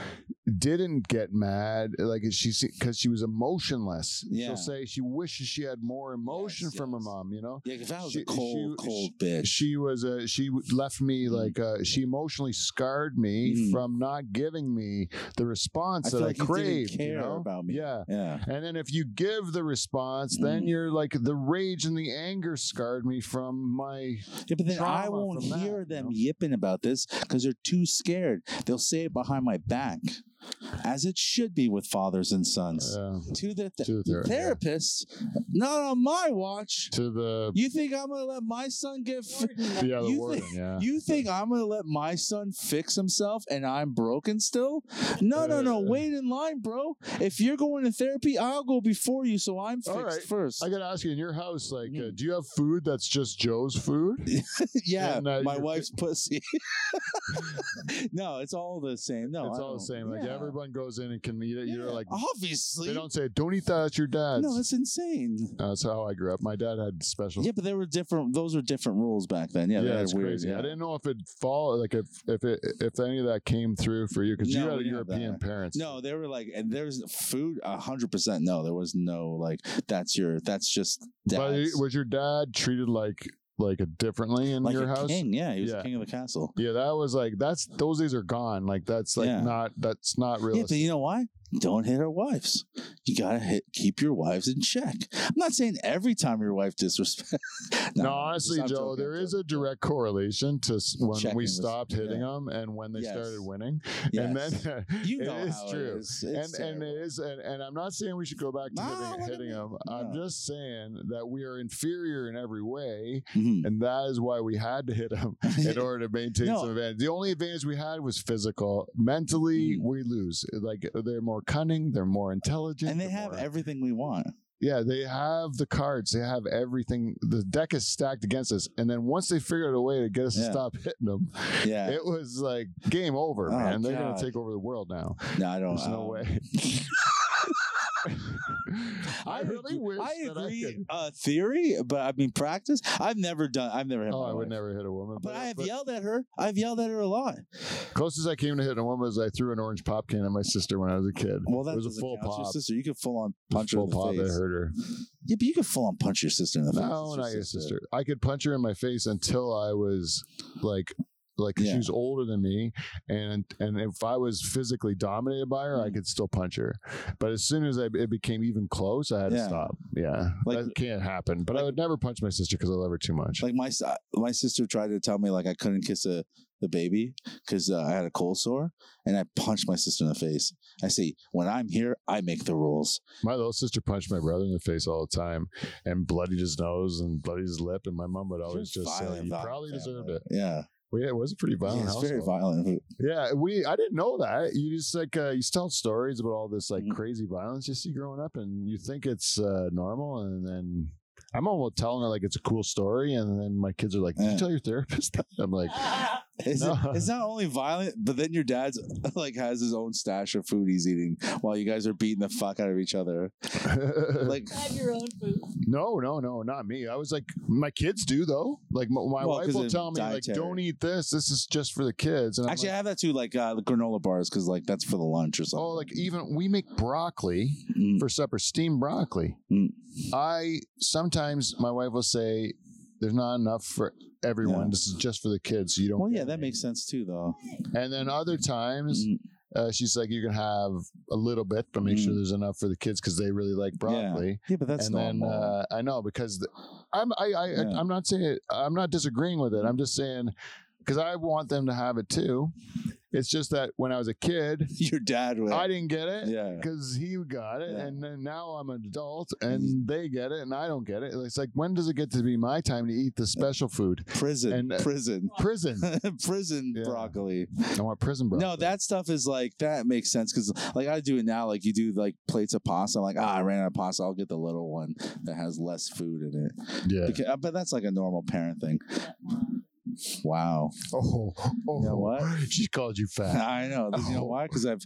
didn't get mad, like she because she was emotionless.
Yeah.
She'll say she wishes she had more emotion
Yes,
from her
yes.
mom. You know,
yeah. If I was
she-
a cold,
she-
cold bitch,
she was a she w- left me
Mm-hmm.
like uh, she emotionally scarred me
Mhm.
from not giving me the response
I
that
feel
I
like he didn't
craved. you
care
know?
about me.
Yeah.
yeah,
And then if you give the response, then
Mm.
you're like the rage and the anger scarred me from my
yeah. But then I
Trauma
won't
from that,
hear
you
them
know?
yipping about this because they're too scared. They'll say it behind my back, as it should be with fathers and sons.
uh,
to the, th-
to the ther- yeah.
therapist, not on my watch.
to the
You think I'm gonna let my son get? F-
Warden,
yeah the
you
warden.
think-
yeah,
You think I'm going to let my son fix himself and I'm broken still? No, no, no.
Uh.
Wait in line, bro. If you're going to therapy, I'll go before you so I'm
All
fixed
right.
first.
I gotta ask you in your house, like, uh,
Mm.
do you have food that's just Joe's food?
yeah,
and, uh,
my
you're-
wife's pussy. no, it's all the same. No,
it's
I
all the
don't-
same. Like, yeah,
Yeah.
everyone goes in and can eat it. You're
Yeah,
like,
obviously.
they don't say, don't eat that, it's your dad's. Uh,
no, that's insane.
That's how I grew up. My dad had special.
Yeah, but there were different. Those were different rules back then. Yeah,
Yeah,
they were
it's
weird,
crazy.
yeah.
I didn't know if it fall like if if it, if any of that came through for you because
No,
you
we
had
didn't have
European
that.
parents.
No, they were like, and there's food, a hundred percent. No, there was no like. That's your. That's just.
but
dad's.
was your dad treated like like differently in
like
your
a
house?
king. Yeah, he was
Yeah.
the king of the castle.
Yeah, that was like that's those days are gone. Like that's like
Yeah.
not that's not
Yeah, but
realistic.
you know why? Don't hit our wives. You gotta hit, keep your wives in check. I'm not saying every time your wife disrespects.
no, honestly, Joe, there is a direct correlation to s- when
Checking
we
was-
stopped hitting
yeah.
them and when they
Yes.
started winning, and then
you
it
know
is
how
true.
It is.
and and it is and, and I'm not saying we should go back to
No, what do
hitting,
you
hitting
mean?
them. I'm
No.
just saying that we are inferior in every way,
Mhm.
and that is why we had to hit them in order to maintain
No.
some advantage. The only advantage we had was physical. Mentally,
Mhm.
we lose. Like they're more cunning, they're more intelligent,
And they
they're
have
more-
everything we want.
yeah, they have the cards. They have everything. The deck is stacked against us. And then once they figured out a way to get us to
Yeah.
stop hitting them,
Yeah.
it was like game over,
Oh,
man. They're gonna
God.
take over the world now.
no, I don't.
There's no
um,
way.
I
I really
agree-
wish
I
that I
agree.
could.
uh, theory, but I mean practice. I've never done. I've never hit.
Oh,
my
I would
wife.
never hit a woman.
But I have yelled at her. I've yelled at her a lot.
closest I came to hitting a woman was I threw an orange pop can at my sister when I was a kid.
Well, that
it was a
doesn't
full
count. It's your
pop.
sister. You could full on
Punch
punch her
full
in the
pop. It
face.
hurt her.
Yeah, but you could full on punch your sister in the face.
No,
It's
not your sister. I could punch her in my face until I was like, like 'cause she
Yeah.
was older than me, and and if I was physically dominated by her, I
Mm.
could still punch her. But as soon as I, it became even close, I had to
Yeah.
stop. Yeah,
Like-
that can't happen. But I
like-
would never punch my sister because I love her too much.
Like my si- my sister tried to tell me like I couldn't kiss a, the baby because uh, I had a cold sore, and I punched my sister in the face. I say, when I'm here, I make the rules.
my little sister punched my brother in the face all the time, and bloodied his nose and bloodied his lip. And my mom would always
She was
just say,
violent,
"You
violent
probably deserved
family.
it."
Yeah,
Well, yeah, it was a pretty violent
yeah it's
household.
very violent.
Yeah, we I didn't know that. You just like uh, you tell stories about all this like
Mhm.
crazy violence you see growing up, and you think it's uh, normal, and then I'm almost telling it like it's a cool story, and then my kids are like, "Did you
Yeah.
tell your therapist?" that?" I'm like,
It's,
No.
it's not only violent, but then your dad's like has his own stash of food he's eating while you guys are beating the fuck out of each other. Like,
Have your own food.
"No, no, no, not me." I was like, "My kids do though." Like my, my
Well,
wife
'cause
will
of
tell me,
dietary.
"Like, don't eat this. This is just for the kids." And I'm
actually,
like,
I have that too. Like uh, the granola bars because like that's for the lunch or something.
Oh, like even we make broccoli
Mm.
for supper, steamed broccoli.
Mm.
I sometimes my wife will say, "There's not enough for everyone.
Yeah.
This is just for the kids. So you don't."
Well,
get
yeah, that
any."
makes sense too, though.
And then other times,
Mm,
uh, she's like, "You can have a little bit, but make sure
Mm.
there's enough for the kids because they really like broccoli."
Yeah, but that's
and then
normal.
uh, I know because th- I'm I, I
Yeah.
I'm not saying I'm not disagreeing with it. I'm just saying because I want them to have it too. It's just that when I was a kid,
Your dad would.
I didn't get it
yeah.
because he got it,
Yeah.
and then now I'm an adult,
And
and they get it, and I don't get it. It's like when does it get to be my time to eat the special food?
Prison.
and, uh,
prison.
Prison.
prison
Yeah.
broccoli.
I want prison, bro.
No, that stuff is like that makes sense because like I do it now. Like you do like plates of pasta. I'm like ah, I ran out of pasta. I'll get the little one that has less food in it.
Yeah.
Beca- uh, but that's like a normal parent thing. Wow.
Oh, oh.
know what?
She called you fat.
I know. You know
Oh.
why? Because I've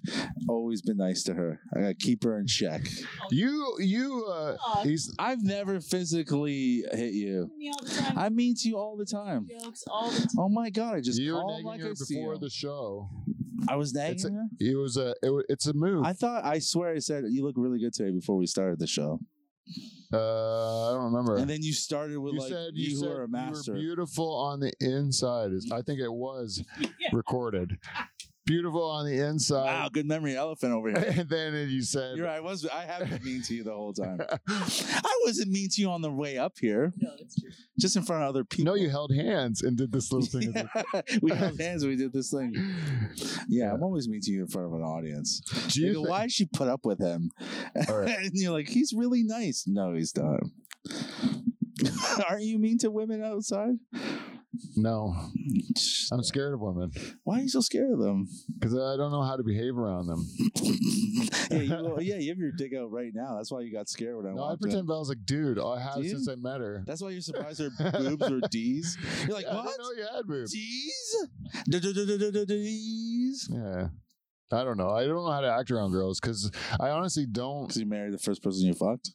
always been nice to her. I gotta keep her in check.
you, you. uh
Aw,
He's
I've never physically hit you.
me all the time.
I mean to you all the time.
jokes all the time.
Oh my god! I just
you were
called
nagging
like
her
I see
before
you.
the show.
I was nagging
It's a-
her.
It was a. It, wa- it's a move.
I thought I swear I said you look really good today before we started the show,
uh, I don't remember.
and then you started with
you
like
said
you,
you, said
who are a
you
master.
were beautiful on the inside. Is I think it was
Yeah.
recorded. Beautiful on the inside.
wow, good memory, elephant over here.
and then you said,
You're right. I was I have been mean to you the whole time. I wasn't mean to you on the way up here,
No, that's true.
just in front of other people.
"No, you held hands and did this little thing."
we held hands. We did this thing. Yeah,
Yeah.
I'm always mean to you in front of an audience.
Do
You
you
go,
thi-
why did she put up with him?
All right.
and you're like, he's really nice. No, he's not. Aren't you mean to women outside?
No, I'm scared of women
Why are you so scared of them?
because I don't know how to behave around them.
yeah, you, yeah, you have your dig out right now. That's why you got scared when I
No, I
walked in.
pretend Belle's like, dude, I have
Do you?
since I met her.
That's why you're surprised her boobs were D's. You're like,
I
what?
didn't know you had boobs.
D's? D- d- d- d- d- d- D's?
Yeah, I don't know. I don't know how to act around girls because I honestly don't.
Because you married the first person you fucked.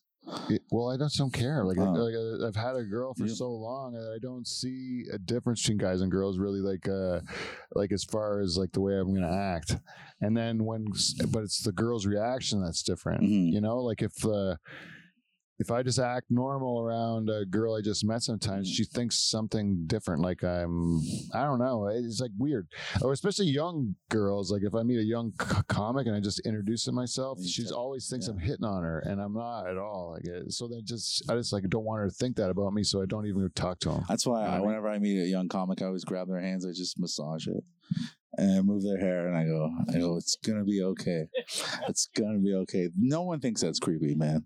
it- well, I just don't care. Like, I-
Oh.
like, uh, I've had a girl for
Yeah.
so long, and I don't see a difference between guys and girls really. Like, uh, like as far as like the way I'm gonna act, and then when, s- but it's the girl's reaction that's different.
Mhm.
You know, like if uh, if I just act normal around a girl I just met, sometimes she thinks something different. Like I'm, I don't know. It's like weird. Oh, especially young girls. Like if I meet a young c- comic and I just introduce it myself,
You
she's
tell-
always thinks
yeah.
I'm hitting on her, and I'm not at all. Like it- so, then just I just like don't want her to think that about me, so I don't even talk to him.
That's why
You know
I,
what I mean?
whenever I meet a young comic, I always grab their hands. I just massage it and I move their hair, and I go, I go, it's gonna be okay. It's gonna be okay. No one thinks that's creepy, man.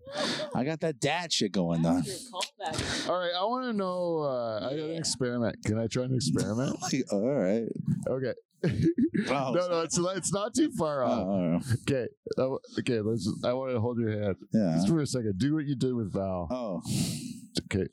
I got that dad shit going on.
That's your callback.
All right, I want to know. Uh, I got an
Yeah.
experiment. Can I try an experiment?
Like, all right.
okay.
Oh,
no, no, it's it's not too far
Oh,
off.
all right.
Okay, Uh, okay. Let's. I want to hold your hand
yeah.
just for a second. Do what you did with Val.
Oh,
Okay.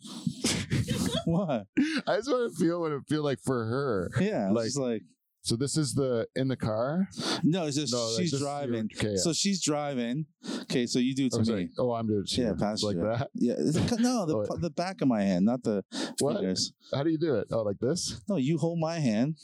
what?
I just want to feel what it feel like for her.
Yeah, like,
Like-
just like
So this is the in the car.
no, it's just
that's
she's
just your-
driving.
Okay. yeah.
So she's driving. Okay, so you do it to
Oh,
me.
sorry. oh, I'm doing. it to
Yeah,
you.
pass
like
you.
that.
Yeah, it's like- no, the,
Oh,
the back of my hand, not the
What?
fingers.
How do you do it? Oh, like this.
No, you hold my hand.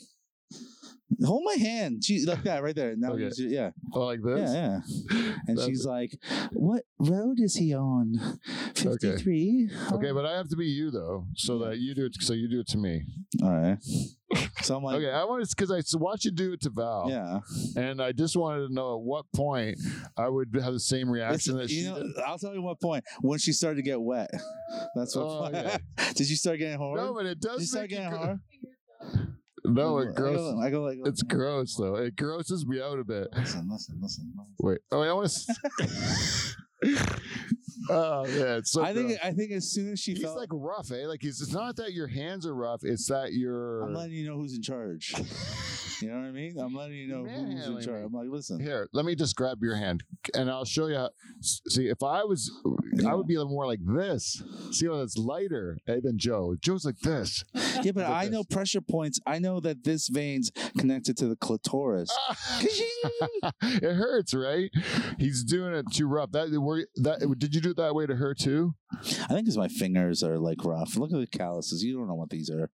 Hold my hand. She like that right there. Now,
Okay.
you- yeah,
Oh, like
yeah,
this.
yeah. And
That's-
she's like, "What road is he on?
Okay.
Fifty-three.
Okay, but I have to be you though, so
Uh-huh. Yeah.
that you do it. So you do it to me.
All right. So I'm like,
okay, I want to because I s- watched you do it to Val,
yeah.
and I just wanted to know at what point I would have the same reaction
Listen,
that she
you know,
did.
I'll tell you what point when she started to get wet. That's what.
Oh, yeah.
Did you start getting hard?
No, but it
Did you
does
start
make you
getting
gr-
hard?
no,
I
it
go-
grosses.
I go like,
It's gross though. It grosses me out a bit.
Listen, listen, listen. listen.
Wait. Oh, I want to. oh yeah, it's so.
I think.
gross.
I think as soon as she
he's
felt,
like rough, eh? Like he's. It's not that your hands are rough. It's that you're.
I'm letting you know who's in charge. you know what I mean? I'm letting you know who's in
Manhandling
charge.
me.
I'm like, listen.
Here, let me just grab your hand, and I'll show you. How, s- see, if I was, I would be more like this. See how that's lighter eh, than Joe. Joe's like this.
Yeah, but
Look at
I know pressure points. I know that this vein's connected to the clitoris.
it hurts, right? He's doing it too rough. That were that. Did you do it that way to her too?
I think because my fingers are like rough. Look at the calluses. You don't know what these are,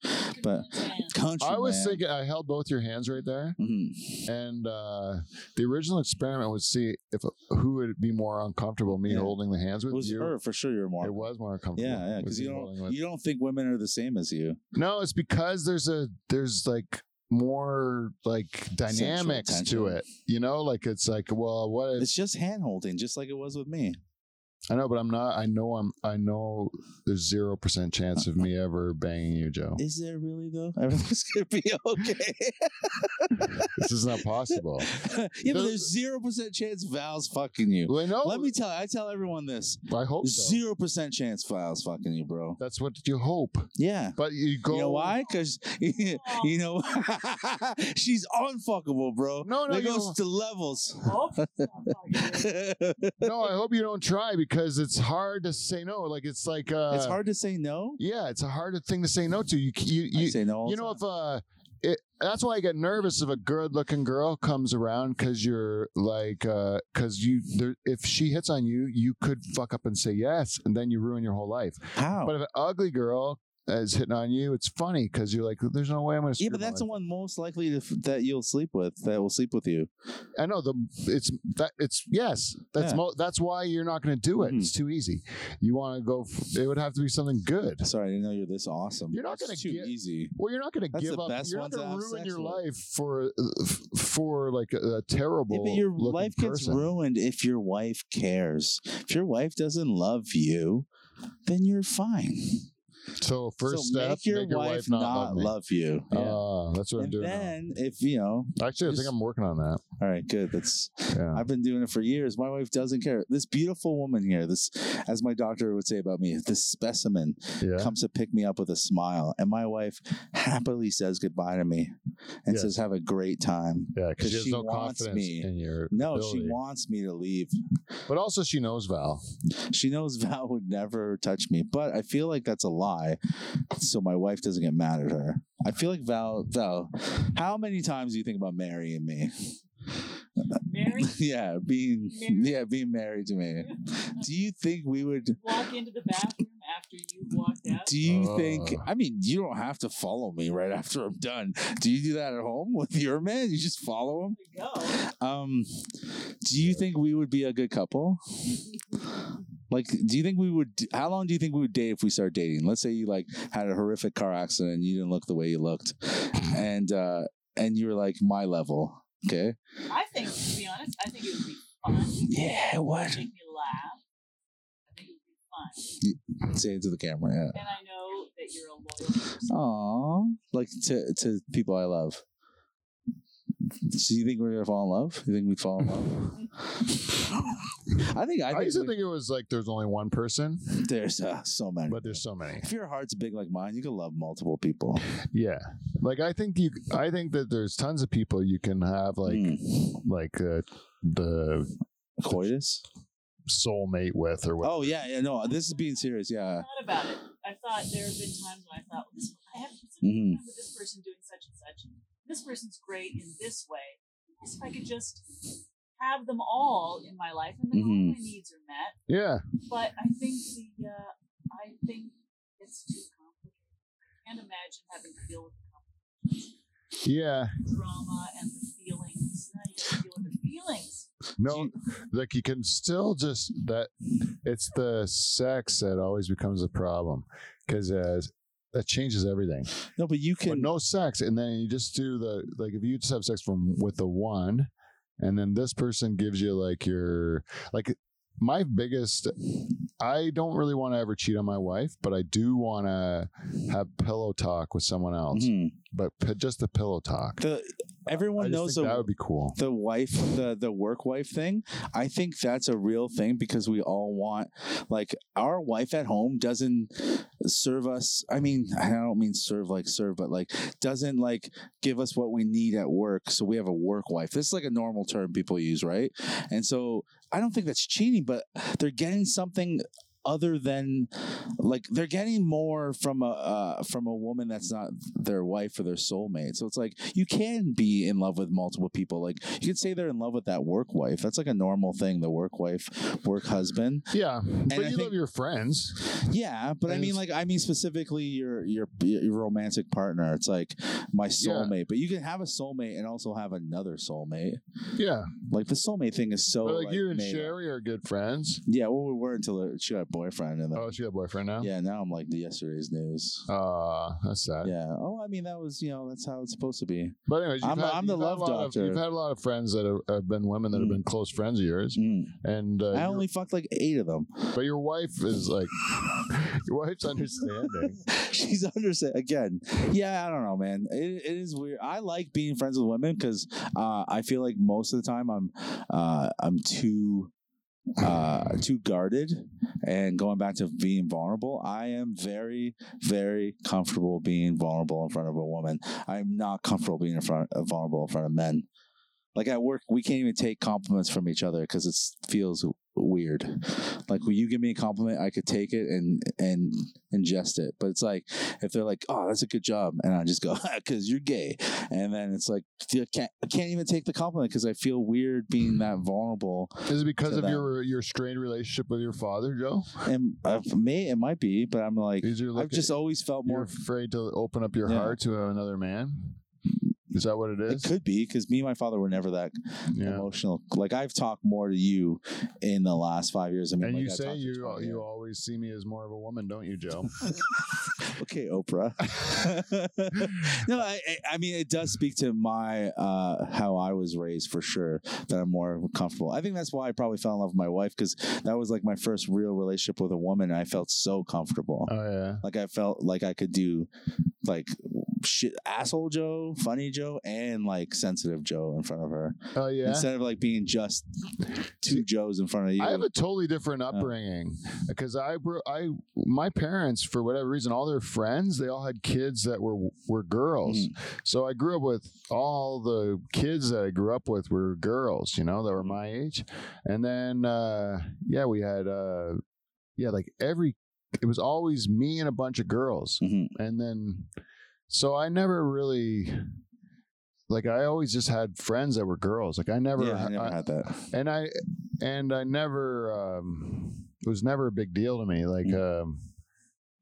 but
Oh,
country.
I was
man.
thinking. I held both your hands right there,
Mhm.
and uh, the original experiment was see if who would be more uncomfortable, me
Yeah.
holding the hands
It
with
was
you.
her for sure. You're more.
It was more uncomfortable.
Yeah, yeah,
with
because you
holding
don't
with-
you don't think women are the same as you.
No, it's because there's a there's like more like dynamics to
tension.
it. You know, like it's like, well, what if,
It's just hand holding, just like it was with me.
I know, but I'm not. I know I'm. I know there's zero percent chance of me ever banging you, Joe.
Is there really though? Everything's gonna be okay.
this is not possible.
yeah, but
Those-
there's zero percent chance Val's fucking you.
Well, no,
Let me tell you, I tell everyone this.
I hope so.
Zero percent chance Val's fucking you, bro.
That's what you hope,
Yeah.
but you go.
You know why? Because you know she's unfuckable, bro.
No, no,
There
you
goes
don't-
to levels.
Oh, it's
it's
No, I hope you don't try because it's hard to say no. Like it's like uh,
hard to say no.
Yeah, it's a harder thing to say no to. You, you,
I
you
say no. all
you
the
know
time.
if uh it, that's why I get nervous if a good-looking girl comes around because you're like, uh, because you, there, if she hits on you, you could fuck up and say yes, and then you ruin your whole life.
how?
But if an ugly girl is hitting on you, it's funny because you're like, there's no way I'm gonna.
yeah,
screw
but
my
that's the
life."
one most likely to, f- that you'll sleep with. That will sleep with you.
I know the it's that it's yes. That's
Yeah.
mo- that's why you're not gonna do it.
Mhm.
It's too easy. You want to go. F- it would have to be something good.
Sorry, I didn't know you're this awesome.
You're not
It's
gonna
too
get-
easy.
Well, you're not going to
That's
give
the
up.
best
you're
one
not
to
going to
have
ruin
sex
your
with.
life for uh, f- for like a, a
Yeah,
terrible.
but your
looking
life gets
person.
ruined if your wife cares. If your wife doesn't love you, then you're fine.
So first
so
step,
make your, wife, not,
love, me.
you. Yeah.
Ah, that's what I'm
and
doing. now.
then if you know,
Actually, I
just-
think I'm working on that.
all right, good. That's
Yeah.
I've been doing it for years. My wife doesn't care. This beautiful woman here, this as my doctor would say about me, this specimen
yeah.
comes to pick me up with a smile, and my wife happily says goodbye to me and
Yes.
says, "Have a great time."
Yeah, because she has
she
no
wants
confidence
me.
in your
No, she
ability.
wants me to leave.
but also she knows Val.
She knows Val would never touch me, but I feel like that's a lie. So my wife doesn't get mad at her. I feel like Val, Val, how many times do you think about marrying me?
married,
yeah, being
Married.
yeah, being married to me. Do you think we would?
walk into the bathroom after you walked out.
Do you think?
Uh.
I mean, you don't have to follow me right after I'm done. Do you do that at home with your man? You just follow him.
to go.
Um, do you think we would be a good couple? Like, do you think we would? How long do you think we would date if we started dating? Let's say you like had a horrific car accident and you didn't look the way you looked, and uh, and you were like my level. Okay.
I think, to be honest, I think it would be fun.
Yeah. What?
Make me laugh. I think it would be fun.
Say it to the camera. Yeah.
And I know that you're a loyal person.
Aw, like to to people I love. So you think we're gonna fall in love? You think we'd fall in love? I think I
I,
think,
used to
we-
think it was like there's only one person,
there's uh, so many.
but there's so many.
if your heart's big like mine, you can love multiple people.
Yeah, like I think you, I think that there's tons of people you can have like
Mm.
like uh, the
coitus.
soulmate with or whatever.
Oh yeah, yeah. No, this is being serious.
I
Yeah.
thought about it. I thought there have been times when I thought, well, this, I have such
Mhm.
a time with this person doing such and such. This person's great in this way. If I could just have them all in my life, and then all
Mhm.
my needs are met.
Yeah,
But I think the uh, I think it's too complicated. I can't imagine having to deal with the
yeah.
drama and the feelings. Now you have to deal with the feelings.
No, like you can still just that. It's the sex that always becomes a problem because uh, that changes everything.
No, but you
but
can.
no sex, and then you just do the like if you just have sex from with the one, and then this person gives you like your like my biggest. I don't really want to ever cheat on my wife, but I do want to have pillow talk with someone else.
Mhm.
But p- just the pillow talk.
The everyone
I just
knows
think
a-
that would be cool.
the wife the the work wife thing i think that's a real thing because we all want like our wife at home doesn't serve us i mean i don't mean serve like serve but like doesn't like give us what we need at work so we have a work wife this is like a normal term people use right and so i don't think that's cheating but they're getting something other than like they're getting more from a uh, from a woman that's not their wife or their soulmate. So it's like you can be in love with multiple people. Like you can say they're in love with that work wife. That's like a normal thing. The work wife, work husband.
Yeah, but
I
you love
think-
your friends.
Yeah, but I mean,
Yes.
like I mean specifically your your your romantic partner. It's like my soulmate. But you can have a soulmate and also have another soulmate.
Yeah,
Like the soulmate thing is so uh,
but like, you and
made up.
Sherry are good friends.
Yeah, well, we were until she got a boyfriend, and then,
Oh, she got a boyfriend now.
yeah, now I'm like the yesterday's news.
Uh, that's sad.
Yeah. Oh, I mean, that was you know that's how it's supposed to be.
But anyways, you've
I'm-
had,
I'm the
you've had a
love
lot
doctor.
Of, you've had a lot of friends that have, have been women that have
Mm.
been close friends of yours,
Mm.
and uh,
I
your-
only fucked like eight of them.
but your wife is like, your wife's understanding.
She's under again. Yeah, I don't know, man. It, it is weird. I like being friends with women because uh, I feel like most of the time I'm uh, I'm too uh too guarded and going back to being vulnerable i am very very comfortable being vulnerable in front of a woman i'm not comfortable being in front uh, vulnerable in front of men like at work we can't even take compliments from each other because it feels weird like will you give me a compliment i could take it and and ingest it but it's like if they're like oh that's a good job and i just go because you're gay and then it's like I can't, I can't even take the compliment because i feel weird being that vulnerable
Is it because
So
of
that-
your your strained relationship with your father, Joe?
and uh, for me it might be but i'm like
Is your
i've just always felt
you're
more
afraid to open up your
Yeah.
heart to another man. Is that what it
it
is?
could be because me and my father were never that
yeah.
emotional. Like I've talked more to you in the last five years. I mean,
And
like,
you
I've
say
talked to
you
20
you
years.
always see me as more of a woman, don't you, Joe?
okay, Oprah. no, I, I- I mean it does speak to my uh, how I was raised for sure that I'm more comfortable. I think that's why I probably fell in love with my wife because that was like my first real relationship with a woman. And I felt so comfortable.
oh yeah.
Like I felt like I could do like shit, asshole Joe, funny Joe, and like sensitive Joe in front of her
Oh yeah.
instead of like being just two Joes in front of you.
I have a totally different upbringing because I bro- I my parents for whatever reason all their friends they all had kids that were were girls.
Mhm.
So I grew up with all the kids that I grew up with were girls, you know, that
Mm.
were my age. And then uh yeah, we had uh yeah, like every it was always me and a
Mm-hmm.
bunch of girls.
Mhm.
And then so I never really like I always just had friends that were girls. Like I never,
yeah, I never
I-
had that.
and I and I never um it was never a big deal to me like
Mm.
um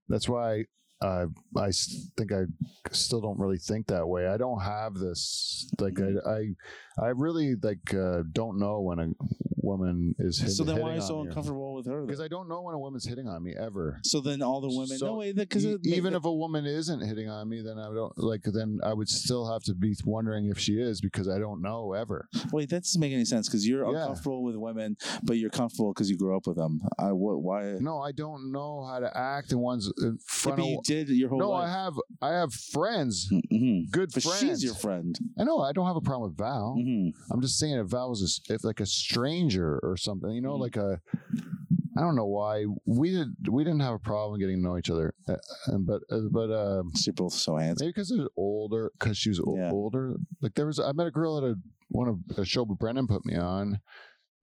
that's why I I s- think I still don't really think that way. I don't have this like
Mm-hmm.
I I, I really like uh, don't know when a woman is hit,
So then,
hitting
why are you so
on
uncomfortable with her? then?
Because I don't know when a woman's hitting on me ever.
So then, all the women.
So
no way. Because
E- even if a woman isn't hitting on me, then I don't like. Then I would still have to be wondering if she is because I don't know ever.
wait, that doesn't make any sense. Because you're
Yeah.
uncomfortable with women, but you're comfortable because you grew up with them. I what? Why?
No, I don't know how to act in one's in
Yeah,
front
but
of.
you did your whole
No, I
life.
have I have friends,
Mhm.
good
But
friends. Oh.
she's your friend.
I know I don't have a problem with Val.
hmm
I'm just saying if Val was a s if like a stranger or something, you know,
Mhm.
like a I don't know why we did we didn't have a problem getting to know each other, Uh, and but uh, but um,
So you're both so handsome.
maybe because it was older, because she was o-
Yeah.
older. Like there was, I met a girl at a one of a show Brennan put me on,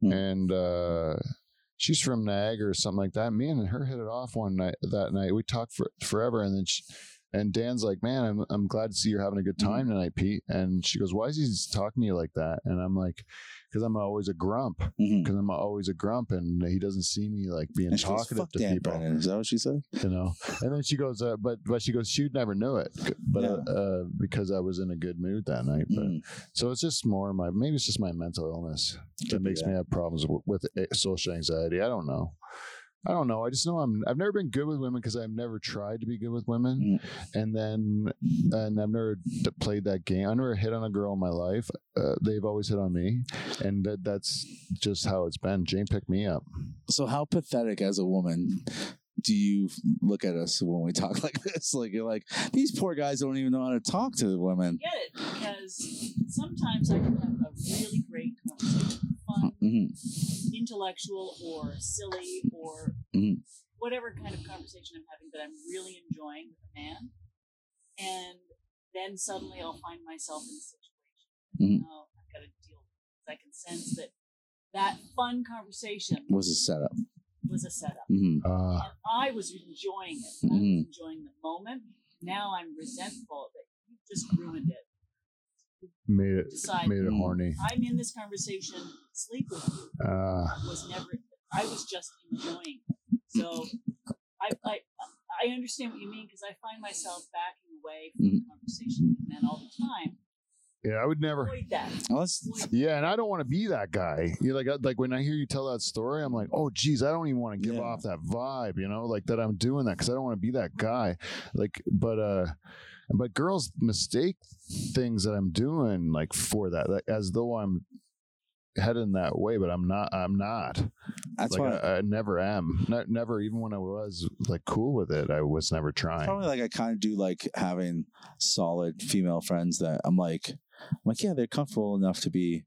Hmm.
and uh, she's from Niagara or something like that. Me and her hit it off one night that night. We talked for forever, and then she, and Dan's like, "Man, I'm I'm glad to see you're having a
Mm-hmm.
good time tonight, Pete." And she goes, "Why is he talking to you like that?" And I'm like, "Cause I'm always a grump.
hmm
Cause I'm always a grump, and he doesn't see me like being
And she goes,
talkative
"Fuck
to
Dan
people."
Brennan." Is that what she said?
you know and then she goes uh, but but she goes she never knew it c- but uh,
Yeah.
uh, because i was in a good mood that night but
Mhm.
so it's just more my maybe it's just my mental illness that
Could be
makes me have problems w- with a- social anxiety i don't know I don't know. I just know I'm. I've never been good with women because I've never tried to be good with women,
Mm.
and then and I've never d- played that game. I never hit on a girl in my life. Uh, they've always hit on me, and that, that's just how it's been. Jane picked me up.
So how pathetic as a woman do you look at us when we talk like this? Like you're like these poor guys don't even know how to talk to women.
Get it because sometimes I can have a really great conversation, fun,
Mhm.
intellectual, or silly, or
Mhm.
whatever kind of conversation I'm having that I'm really enjoying with a man, and then suddenly I'll find myself in a situation.
Mhm.
Now I've got to deal. with it. I can sense that that fun conversation
Was a setup.
was a setup.
hmm
Uh,
And I was enjoying it. I was
Mhm.
enjoying the moment. Now I'm resentful that you just ruined it.
made it
Decide
made it
Mm.
horny.
I'm in this conversation. Sleep with you
Uh,
was never. I was just enjoying. It. So I, I I understand what you mean because I find myself backing away from
Mm-hmm.
conversations with men all the time.
Yeah, I would never.
Avoid that.
Unless
Avoid
Yeah, and I don't want to be that guy. You like I- like when I hear you tell that story, I'm like, oh, geez, I don't even want to give
Yeah.
off that vibe, you know, like that I'm doing that because I don't want to be that guy. Like, but uh, but girls mistake things that I'm doing like for that, like, as though I'm heading that way, but I'm not. I'm not.
that's
like
why
I, I never am. Not never. Even when I was like cool with it, I was never trying.
probably like I kind of do like having solid female friends that I'm like, I'm like, yeah, they're comfortable enough to be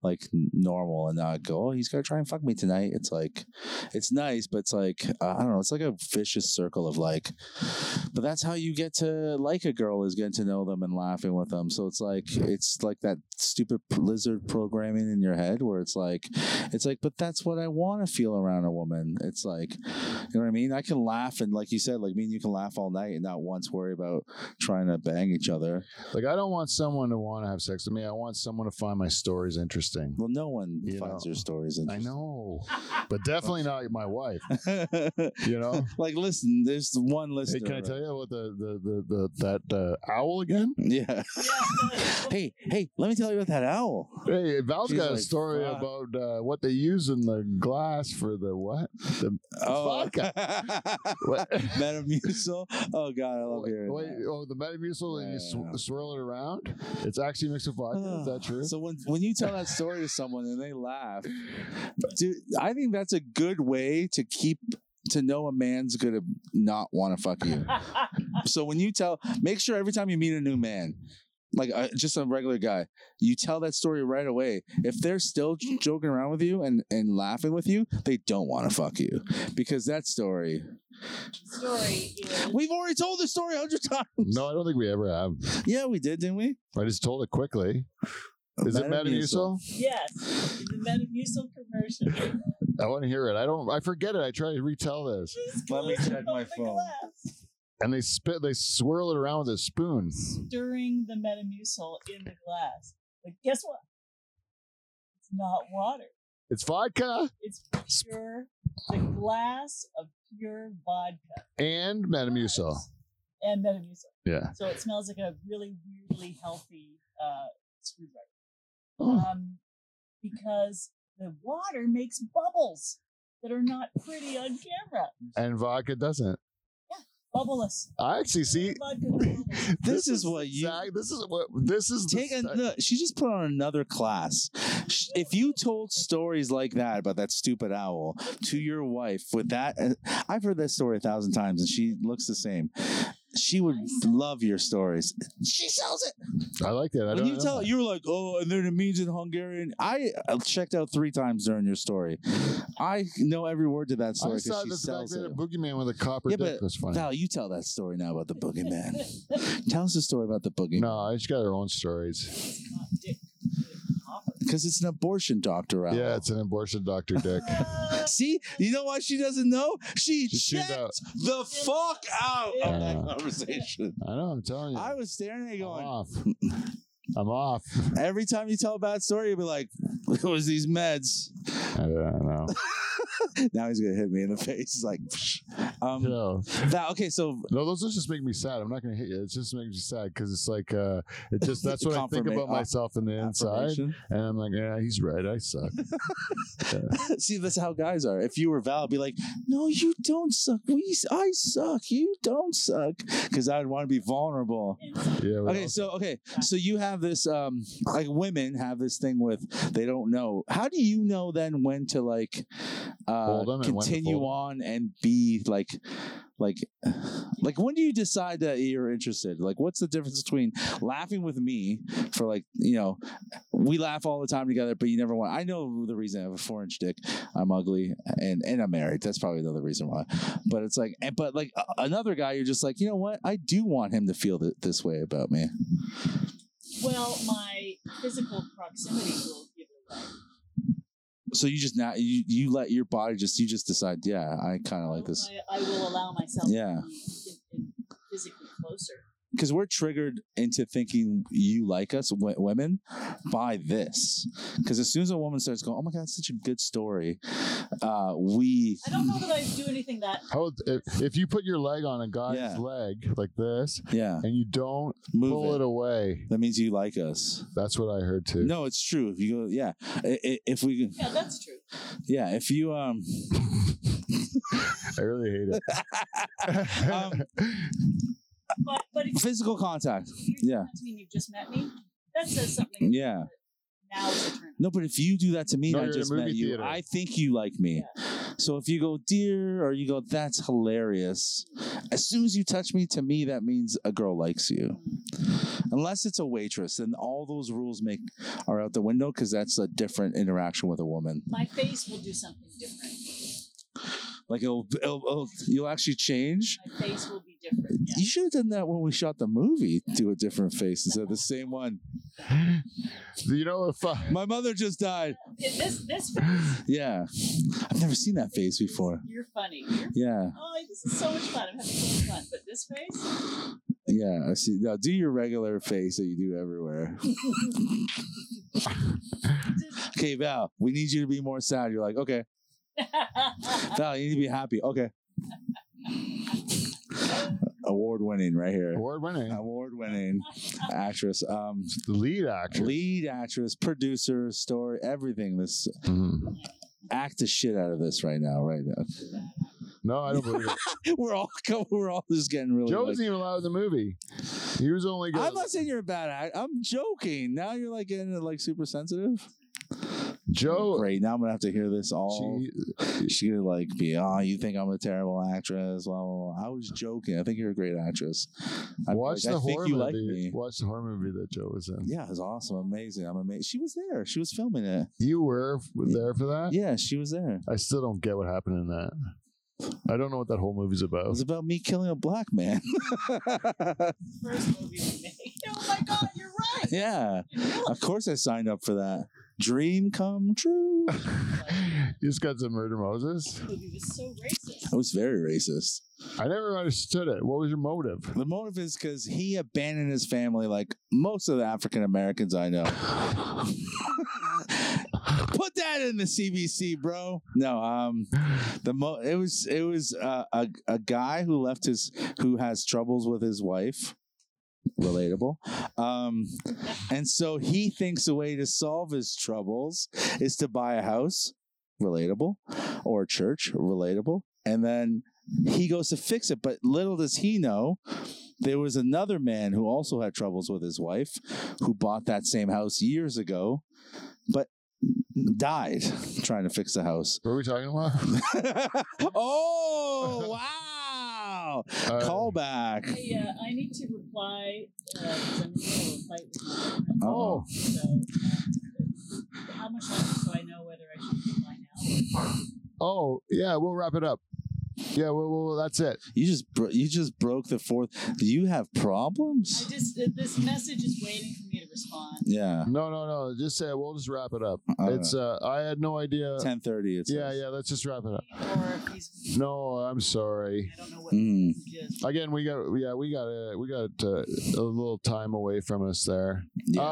like n- normal and not go, oh, he's gonna try and fuck me tonight. It's like, it's nice, but it's like, uh, I don't know, it's like a vicious circle of like, but that's how you get to like a girl is getting to know them and laughing with them. So it's like, it's like that stupid p- lizard programming in your head where it's like, it's like, but that's what I want to feel around a woman. It's like, you know what I mean? I can laugh and like you said, like me and you can laugh all night and not once worry about trying to bang each other.
Like I don't want someone to want to have sex with me. I want someone to find my stories interesting.
Well, no one
You
finds
know,
your stories.
I
Interesting.
know, but definitely not my wife.
I know.
You know.
like, listen, there's one listener.
hey, can I tell you about the the the, the that uh, owl again?
Yeah.
Yeah.
Hey, hey, let me tell you about that owl.
Hey, Val's
She's
got a
like,
story
"Fuck."
about uh, what they use in the glass for the what? The
Oh,
vodka. what?
Metamucil. Oh God, I love
Wait,
hearing
wait,
that.
oh, the Metamucil, and you
Yeah.
sw- swirl it around. It's actually mixed with vodka. Is that true?
So when when you tell that story to someone and they laugh, dude, I think that's a good way to keep to know a man's gonna not want to fuck you. so when you tell, make sure every time you meet a new man, like uh, just a regular guy, you tell that story right away. If they're still j- joking around with you and and laughing with you, they don't want to fuck you because that story
Story is
we've already told this story a hundred times.
no, I don't think we ever have.
Yeah, we did, didn't we?
I just told it quickly. Is it Metamucil?
yes, the Metamucil commercial.
I want to hear it. I don't. I forget it. I try to retell this.
Just
Let me
close
check
the
my phone.
Oh glass.
and they spit, they swirl it around with a spoon.
stirring the Metamucil in the glass. But guess what? It's not water.
It's vodka
It's pure, the glass of pure vodka.
and Metamucil.
And Metamucil.
Yeah.
So it smells like a really weirdly healthy uh, screwdriver.
Hmm.
Oh.
Um, because the water makes bubbles that are not pretty on camera.
And vodka doesn't.
Bubbleless.
I actually see.
Vodka bubbles.
This is what you-
exact- This is what. This is. the
Take a,
sti-
no, she just put on another class. Sh- If you told stories like that about that stupid owl to your wife with that, uh, I've heard that story a thousand times, and she looks the same. She would love your stories. She sells it.
I like that. I
When
don't
you
know.
tell, you were like, "Oh, and then it means in Hungarian." I uh, checked out three times during your story. I know every word to that
I
story
just thought
because she
the fact
sells
that
it.
a boogeyman with a copper
Yeah,
dick
but
was funny.
Val, you tell that story now about the boogeyman. tell us a story about the boogeyman.
No, she's got her own stories.
It's not dick. Copper.
because it's an abortion doctor owl.
Yeah, it's an abortion doctor dick.
Uh,
See, you know why she doesn't know? She
She tuned
checked
out.
the fuck out of that
Yeah.
conversation.
I know. I'm telling you.
I was staring at you
I'm
going,
off. I'm off.
every time you tell a bad story, you'll be like, it was these meds.
I don't know.
Now he's going to hit me in the face. He's like, um,
No,
that, okay, so
no, those just make me sad. I'm not gonna hit you. It just makes me sad because it's like uh, it just that's what I think
Confirma-
about
uh,
myself on the inside,
affirmation.
and I'm like, yeah, he's right. I suck.
See, that's how guys are. If you were Val, I'd be like, "No, you don't suck. We, I suck. You don't suck." Because I'd want to be vulnerable.
Yeah. well,
Okay, so okay, so you have this um like women have this thing with they don't know. How do you know then when to like uh
Fold 'em and when to
continue on and be like like like when do you decide that you're interested? Like what's the difference between laughing with me for like, you know, we laugh all the time together, but you never want I know the reason I have a four inch dick. I'm ugly and and I'm married. That's probably another reason why. But it's like and but like a- another guy you're just like, you know what? I do want him to feel th- this way about me.
Well, my physical proximity will give it away.
So you just not you you let your body just you just decide, yeah, I kind of like this
I, I will allow myself
Yeah.
to be in, in physically closer.
because we're triggered into thinking you like us w- women by this because as soon as a woman starts going, oh my god, that's such a good story, uh, we
I don't know that I do anything that
How if, if you put your leg on a guy's
Yeah.
leg like this
yeah
and you don't pull
move
it.
it.
away,
That means you like us.
that's what I heard too.
No, it's true. If you go, yeah, I- I- if we,
yeah, that's true.
yeah, if you um.
I really hate it.
Um,
But but if
Physical contact.
you
yeah.
to me and you've just met me, that says something.
Yeah.
Now is a turn.
No, but if you do that to me,
No,
I
you're in a
just met
movie
you.
theater.
I think you like me. So if you go, dear, or you go, that's hilarious. As soon as you touch me, to me, that means a girl likes you. Unless it's a waitress, then all those rules make are out the window because that's a different interaction with a woman.
My face will do something different.
Like it'll, it'll, it'll you'll actually change.
My face will be different. Yeah.
You should have done that when we shot the movie. Do a different face instead of the same one.
you know if I,
My mother just died.
Yeah, This this face,
Yeah, I've never seen that face before.
you're funny. You're,
Yeah,
oh, this is so much fun. I'm having so much fun. But this face,
yeah. I see. Now do your regular face that you do everywhere.
just-
Okay, Val, we need you to be more sad. You're like, okay, Val, you need to be happy. Okay. Award winning right here.
award winning
Award winning actress, um,
lead actor.
lead actress, producer, story, everything. This
Mhm.
act the shit out of this right now, right now.
No, I don't believe it.
We're all we're all just getting really.
Joe
like-
wasn't even allowed in the movie. He was only good.
I'm not saying you're a bad act. I'm joking. Now you're like getting like super sensitive.
Joe.
Great. Now I'm gonna have to hear this all.
She,
She could like be, oh, you think I'm a terrible actress? Blah, blah, blah. I was joking. I think you're a great actress. I'm
watch
like,
the
I think
horror
you
movie.
like me.
Watch the horror movie that Joe was in.
Yeah, it was awesome, amazing. I'm amazed. She was there. She was filming it.
You were there for that.
Yeah, she was there.
I still don't get what happened in that. I don't know what that whole movie's
It
about.
was about me killing a black man.
first movie we made. Oh my God, you're right.
yeah,
You realize
of course I signed up for that. dream come true.
you just got some murder Moses.
He was so racist.
I was very racist.
I never understood it. What was your motive?
The motive is because he abandoned his family, like most of the African Americans I know. Put that in the CBC, bro. No, um, the mo- it was it was uh, a a guy who left his who has troubles with his wife. Relatable, um, and so he thinks a way to solve his troubles is to buy a house. Relatable, or a church. Relatable, and then he goes to fix it. But little does he know, there was another man who also had troubles with his wife, who bought that same house years ago, but died trying to fix the house.
What are we talking about?
oh wow!
Uh,
Callback.
I, uh, I need to reply uh, 'cause I'm in the middle of a fight with my friend.
Uh-oh.
So, uh, how much longer do I know whether I should reply now?
Oh yeah, we'll wrap it up. Yeah, well, well that's it.
You just bro- you just broke the fourth. Do you have
I
problems?
just th- this message is waiting for me to respond.
Yeah.
No, no, no. Just say we'll just wrap it up.
Uh,
it's uh, I had no idea.
Ten thirty.
Yeah, yeah. Let's just wrap it up.
Or if he's,
No, I'm sorry.
I don't know what
Mm.
he is.
Again, we got yeah, we got uh, we got uh, a little time away from us there.
yeah.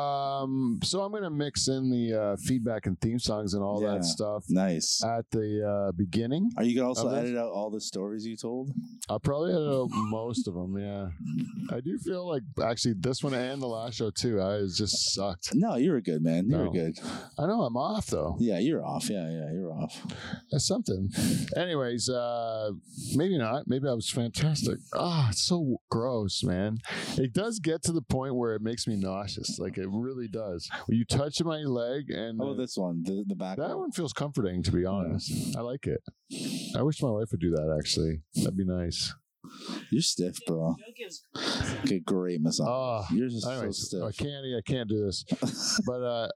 Um, so I'm gonna mix in the uh, feedback and theme songs and all
Yeah.
that stuff
nice.
at the uh, beginning.
Are you gonna also
others?
edit out all the stories you told?
I probably edit out most of them. Yeah, I do feel like actually this one and the last show too. I was just sucked.
No, you were good, man. You were
No.
good.
I know I'm off though.
Yeah, you're off. Yeah, yeah, you're off.
That's something. Anyways, uh maybe not. Maybe I was fantastic. Ah, it's so gross, man. It does get to the point where it makes me nauseous. Like it really does. When you touch my leg and
Oh, this one, the, the back.
that one feels comforting to be honest. I like it. I wish my wife would do that actually. That'd be nice.
You're stiff,
Joe,
bro.
Joe gives great sound.
Good, great massage.
Ah,
You're just
Anyways,
so
I
stiff.
can't I can't do this. But uh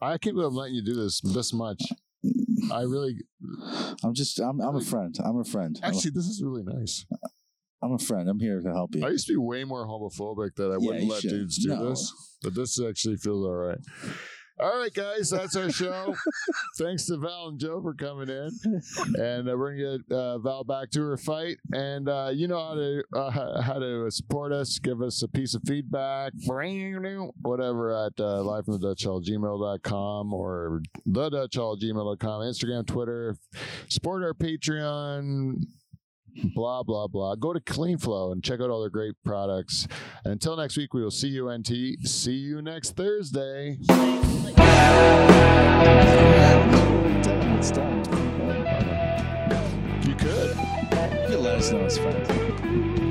I can't believe I'm letting you do this this much. I really
I'm just, I'm, I'm a friend. I'm a friend. I'm a-
actually this is really nice.
I'm a friend. I'm here to help you.
I used to be way more homophobic that I
Yeah,
wouldn't
you
let
should.
dudes do
No.
this. but this actually feels all right. All right, guys, that's our show. Thanks to Val and Joe for coming in, and uh, we're gonna get uh, Val back to her fight. And uh, you know how to uh, how to support us. Give us a piece of feedback, whatever at uh, live from the Dutch Hall gmail.com or the Dutch Hall gmail.com, Instagram, Twitter. Support our Patreon. Blah blah blah. Go to CleanFlow and check out all their great products. Until next week, we will see you, NT. See you next Thursday.
Should I, like,
Damn, it's done.
You could.
You can let us know it's fun.